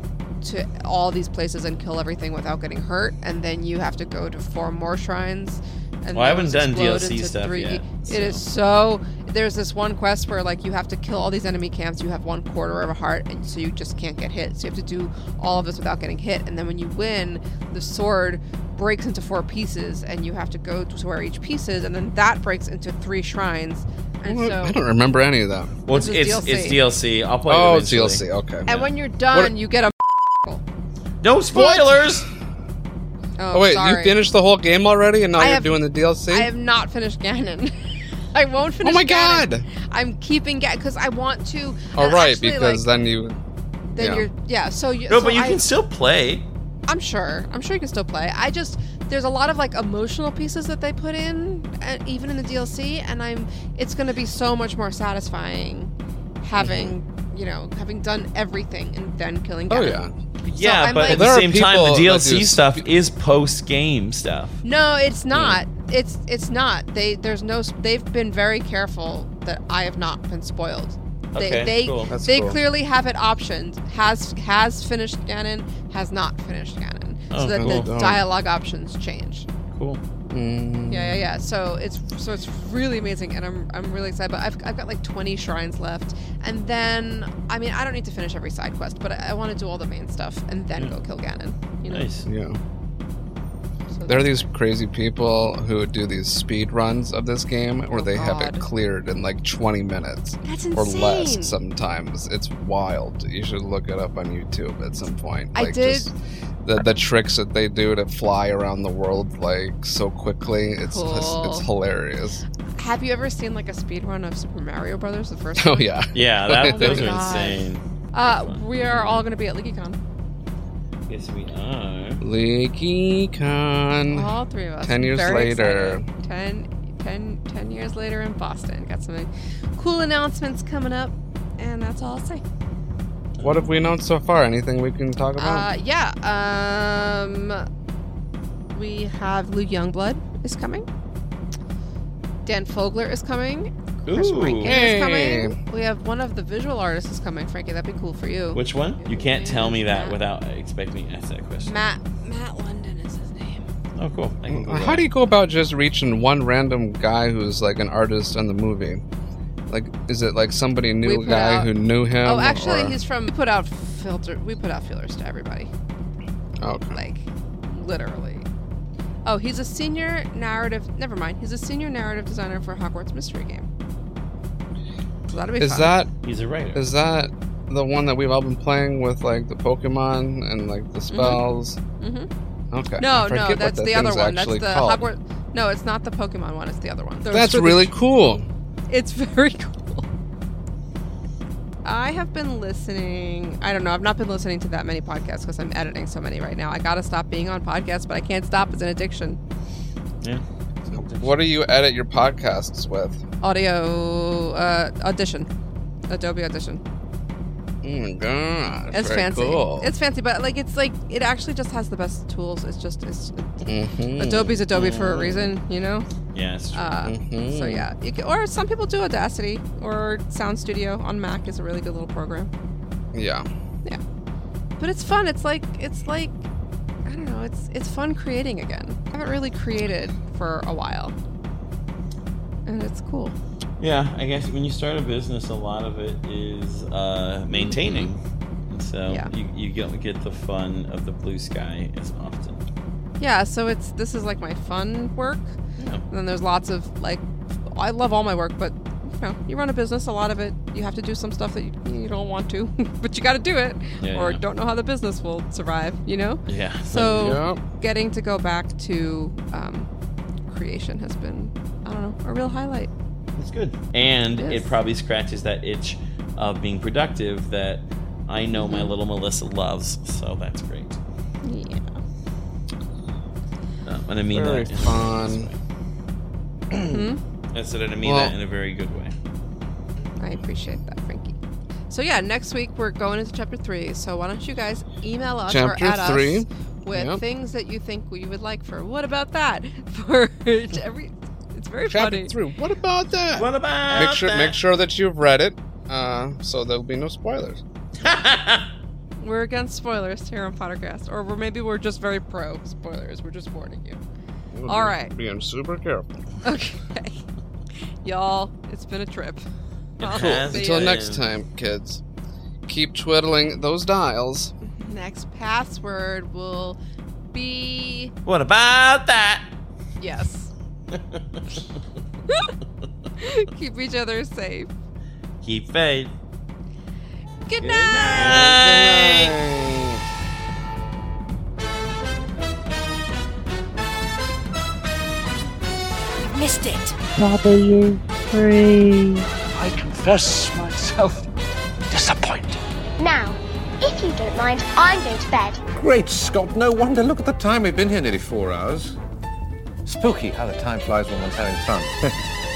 S1: to all these places and kill everything without getting hurt, and then you have to go to four more shrines. And
S7: Well, I haven't
S1: those
S7: done
S1: explode
S7: DLC
S1: into
S7: stuff
S1: three- e-
S7: yet,
S1: It is so there's this one quest where like you have to kill all these enemy camps. You have one quarter of a heart, and so you just can't get hit. So you have to do all of this without getting hit. And then when you win, the sword breaks into four pieces, and you have to go to where each piece is, and then that breaks into three shrines. And
S3: What?
S1: so
S3: I don't remember any of that.
S7: Well, it's
S1: This
S7: it's,
S1: is
S7: it's DLC. I'll play.
S3: Oh,
S7: it
S3: it's
S7: eventually.
S3: DLC. Okay.
S1: And when you're done, you get a. Oh,
S7: No spoilers.
S3: Oh, wait,
S1: sorry.
S3: you finished the whole game already, and now
S1: I
S3: you're
S1: have-
S3: doing the DLC?
S1: I have not finished Ganon. I won't finish.
S3: oh my
S1: Ganon.
S3: god!
S1: I'm keeping Ganon because I want to.
S3: All
S1: and
S3: right,
S1: actually,
S3: because
S1: like,
S3: then you.
S1: then
S3: yeah.
S1: you're yeah. So you.
S7: No,
S1: so
S7: but you
S1: I,
S7: can still play.
S1: I'm sure. I'm sure you can still play. I just there's a lot of like emotional pieces that they put in, and even in the DLC, and I'm it's going to be so much more satisfying having you know having done everything and then killing.
S3: Mm-hmm. Oh
S1: Ganon.
S3: yeah.
S7: Yeah,
S1: I'm
S7: but
S1: like-
S7: at
S3: There
S7: the
S3: are
S7: same time, the
S3: people that
S7: DLC
S3: do-
S7: stuff is post game stuff.
S1: No,
S3: Mm.
S1: it's not. It's it's not. They there's no. They've been very careful that I have not been spoiled. They
S7: Okay,
S1: they
S7: cool.
S3: That's
S1: they
S3: cool.
S1: clearly have it optioned. Has has finished Ganon. Has not finished Ganon.
S7: Oh,
S1: so that the
S3: cool.
S1: dialogue options change.
S7: Cool.
S3: Mm.
S1: Yeah, yeah, yeah. So it's so it's really amazing, and I'm I'm really excited. But I've I've got like 20 shrines left, and then I mean I don't need to finish every side quest, but I, I want to do all the main stuff and then go kill Ganon. You know.
S7: Nice.
S3: Yeah.
S1: So
S3: There are
S1: that's
S3: these
S1: great.
S3: crazy people who do these speed runs of this game where
S1: Oh,
S3: they have it
S1: God.
S3: cleared in like 20 minutes
S1: That's
S3: or
S1: insane.
S3: less sometimes. It's wild. You should look it up on YouTube at some point.
S1: I
S3: Like just the the tricks that they do to fly around the world like so quickly. It's it's,
S1: Cool.
S3: it's hilarious.
S1: Have you ever seen like a speed run of Super Mario Brothers, the first
S3: Oh
S1: one?
S3: yeah.
S7: Yeah,
S1: Oh
S7: that,
S1: my
S7: those are
S1: God.
S7: insane.
S3: Oh.
S1: Uh, we are all going to be at LeakyCon.
S7: Yes, we are.
S3: Leaky con.
S1: All three of us.
S3: 10 years
S1: Very
S3: later.
S1: excited. 10, 10, 10 years later in Boston. Got some cool announcements coming up, and that's all I'll say.
S3: What have we announced so far? Anything we can talk about?
S1: Uh, yeah. Um, we have Lou Youngblood is coming. Dan Fogler is coming. Chris Rankin is coming. We have one of the visual artists is coming. Frankie, that'd be cool for you.
S7: Which one? You can't tell me that without expecting me to ask that question.
S1: Matt. Matt London is his name.
S7: Oh, cool. I can Google
S3: How
S7: it.
S3: do you go about just reaching one random guy who's like an artist in the movie? Like, is it like somebody
S1: We
S3: knew a
S1: put
S3: guy
S1: out-
S3: who knew him?
S1: Oh, actually,
S3: or-
S1: he's from. We put out filter. We put out feelers to everybody,
S3: Oh, Okay.
S1: like literally. Oh, he's a senior narrative. Never mind. He's a senior narrative designer for Hogwarts Mystery Game. So that'll be
S3: Is
S1: fun.
S3: that
S7: he's a writer?
S3: Is that the one that we've all been playing with, like the Pokemon and like the spells?
S1: hmm
S3: Okay. I
S1: Mm-hmm. No,
S3: forget
S1: no,
S3: what
S1: that's
S3: that
S1: the other
S3: thing's
S1: one. That's
S3: actually
S1: the
S3: called.
S1: Hogwarts. No, it's not the Pokemon one. It's the other one. Those
S3: That's
S1: were the-
S3: really cool.
S1: It's very cool. I have been listening. I don't know. I've not been listening to that many podcasts because I'm editing so many right now. I gotta stop being on podcasts, but I can't stop. It's an addiction.
S7: Yeah.
S3: What do you edit your podcasts with?
S1: Audio uh, audition, Adobe Audition.
S3: Oh my god,
S1: It's
S3: very
S1: fancy.
S3: Cool.
S1: It's fancy, but like it's like it actually just has the best tools. It's just it's
S3: Mhm.
S1: Adobe's Adobe for a reason, you know.
S7: Yeah, it's true.
S1: Uh,
S3: mm-hmm.
S1: So
S7: Mhm.
S1: yeah, you can, or some people do Audacity or Sound Studio on Mac is a really good little program.
S3: yeah.
S1: But it's fun. It's like it's like I don't know. It's it's fun creating again. I haven't really created for a while, and it's cool.
S7: Yeah, I guess when you start a business, a lot of it is uh, maintaining. And So
S1: Yeah.
S7: you, you don't get the fun of the blue sky as often.
S1: Yeah. So it's this is like my fun work. And then there's lots of like I love all my work, but you know you run a business. A lot of it you have to do some stuff that you, you don't want to, but you got to do it,
S7: Yeah,
S1: or
S7: yeah.
S1: don't know how the business will survive. You know.
S7: Yeah.
S1: So getting to go back to um, creation has been, I don't know, a real highlight.
S7: It's good. And
S1: It
S7: it,
S1: is.
S7: probably scratches that itch of being productive that I know my little Melissa loves. So that's great.
S1: Yeah.
S7: Um, and I mean
S3: Very
S7: that. in a
S3: fun.
S7: nice way. I said it, I mean
S3: Well-
S7: that in a very good way.
S1: I appreciate that, Frankie. So yeah, next week we're going into chapter three. So why don't you guys email us
S3: Chapter
S1: or add
S3: three.
S1: us with
S3: Yep.
S1: things that you think we would like for what about that for every. It's very
S3: Chapter
S1: funny.
S3: three. What about that?
S7: What about
S3: Make sure make sure that you've read it, uh, so there'll be no spoilers.
S1: We're against spoilers here on Pottercast, or we're, maybe we're just very pro spoilers. We're just warning you.
S3: We'll
S1: All
S3: be
S1: right.
S3: Being super careful.
S1: Okay. Y'all, it's been a trip. I'll
S3: Cool.
S1: see
S3: Until
S1: you
S3: next time, kids. Keep twiddling those dials.
S1: Next password will be
S7: What about that?
S1: yes. Keep each other safe.
S7: Keep faith.
S1: Good night.
S4: Missed it.
S13: Father, you're free.
S14: I confess myself disappointed.
S4: Now, if you don't mind, I'm going to bed.
S15: Great Scott, no wonder. Look at the time. We've been here nearly four hours. Spooky how the time flies when one's having fun.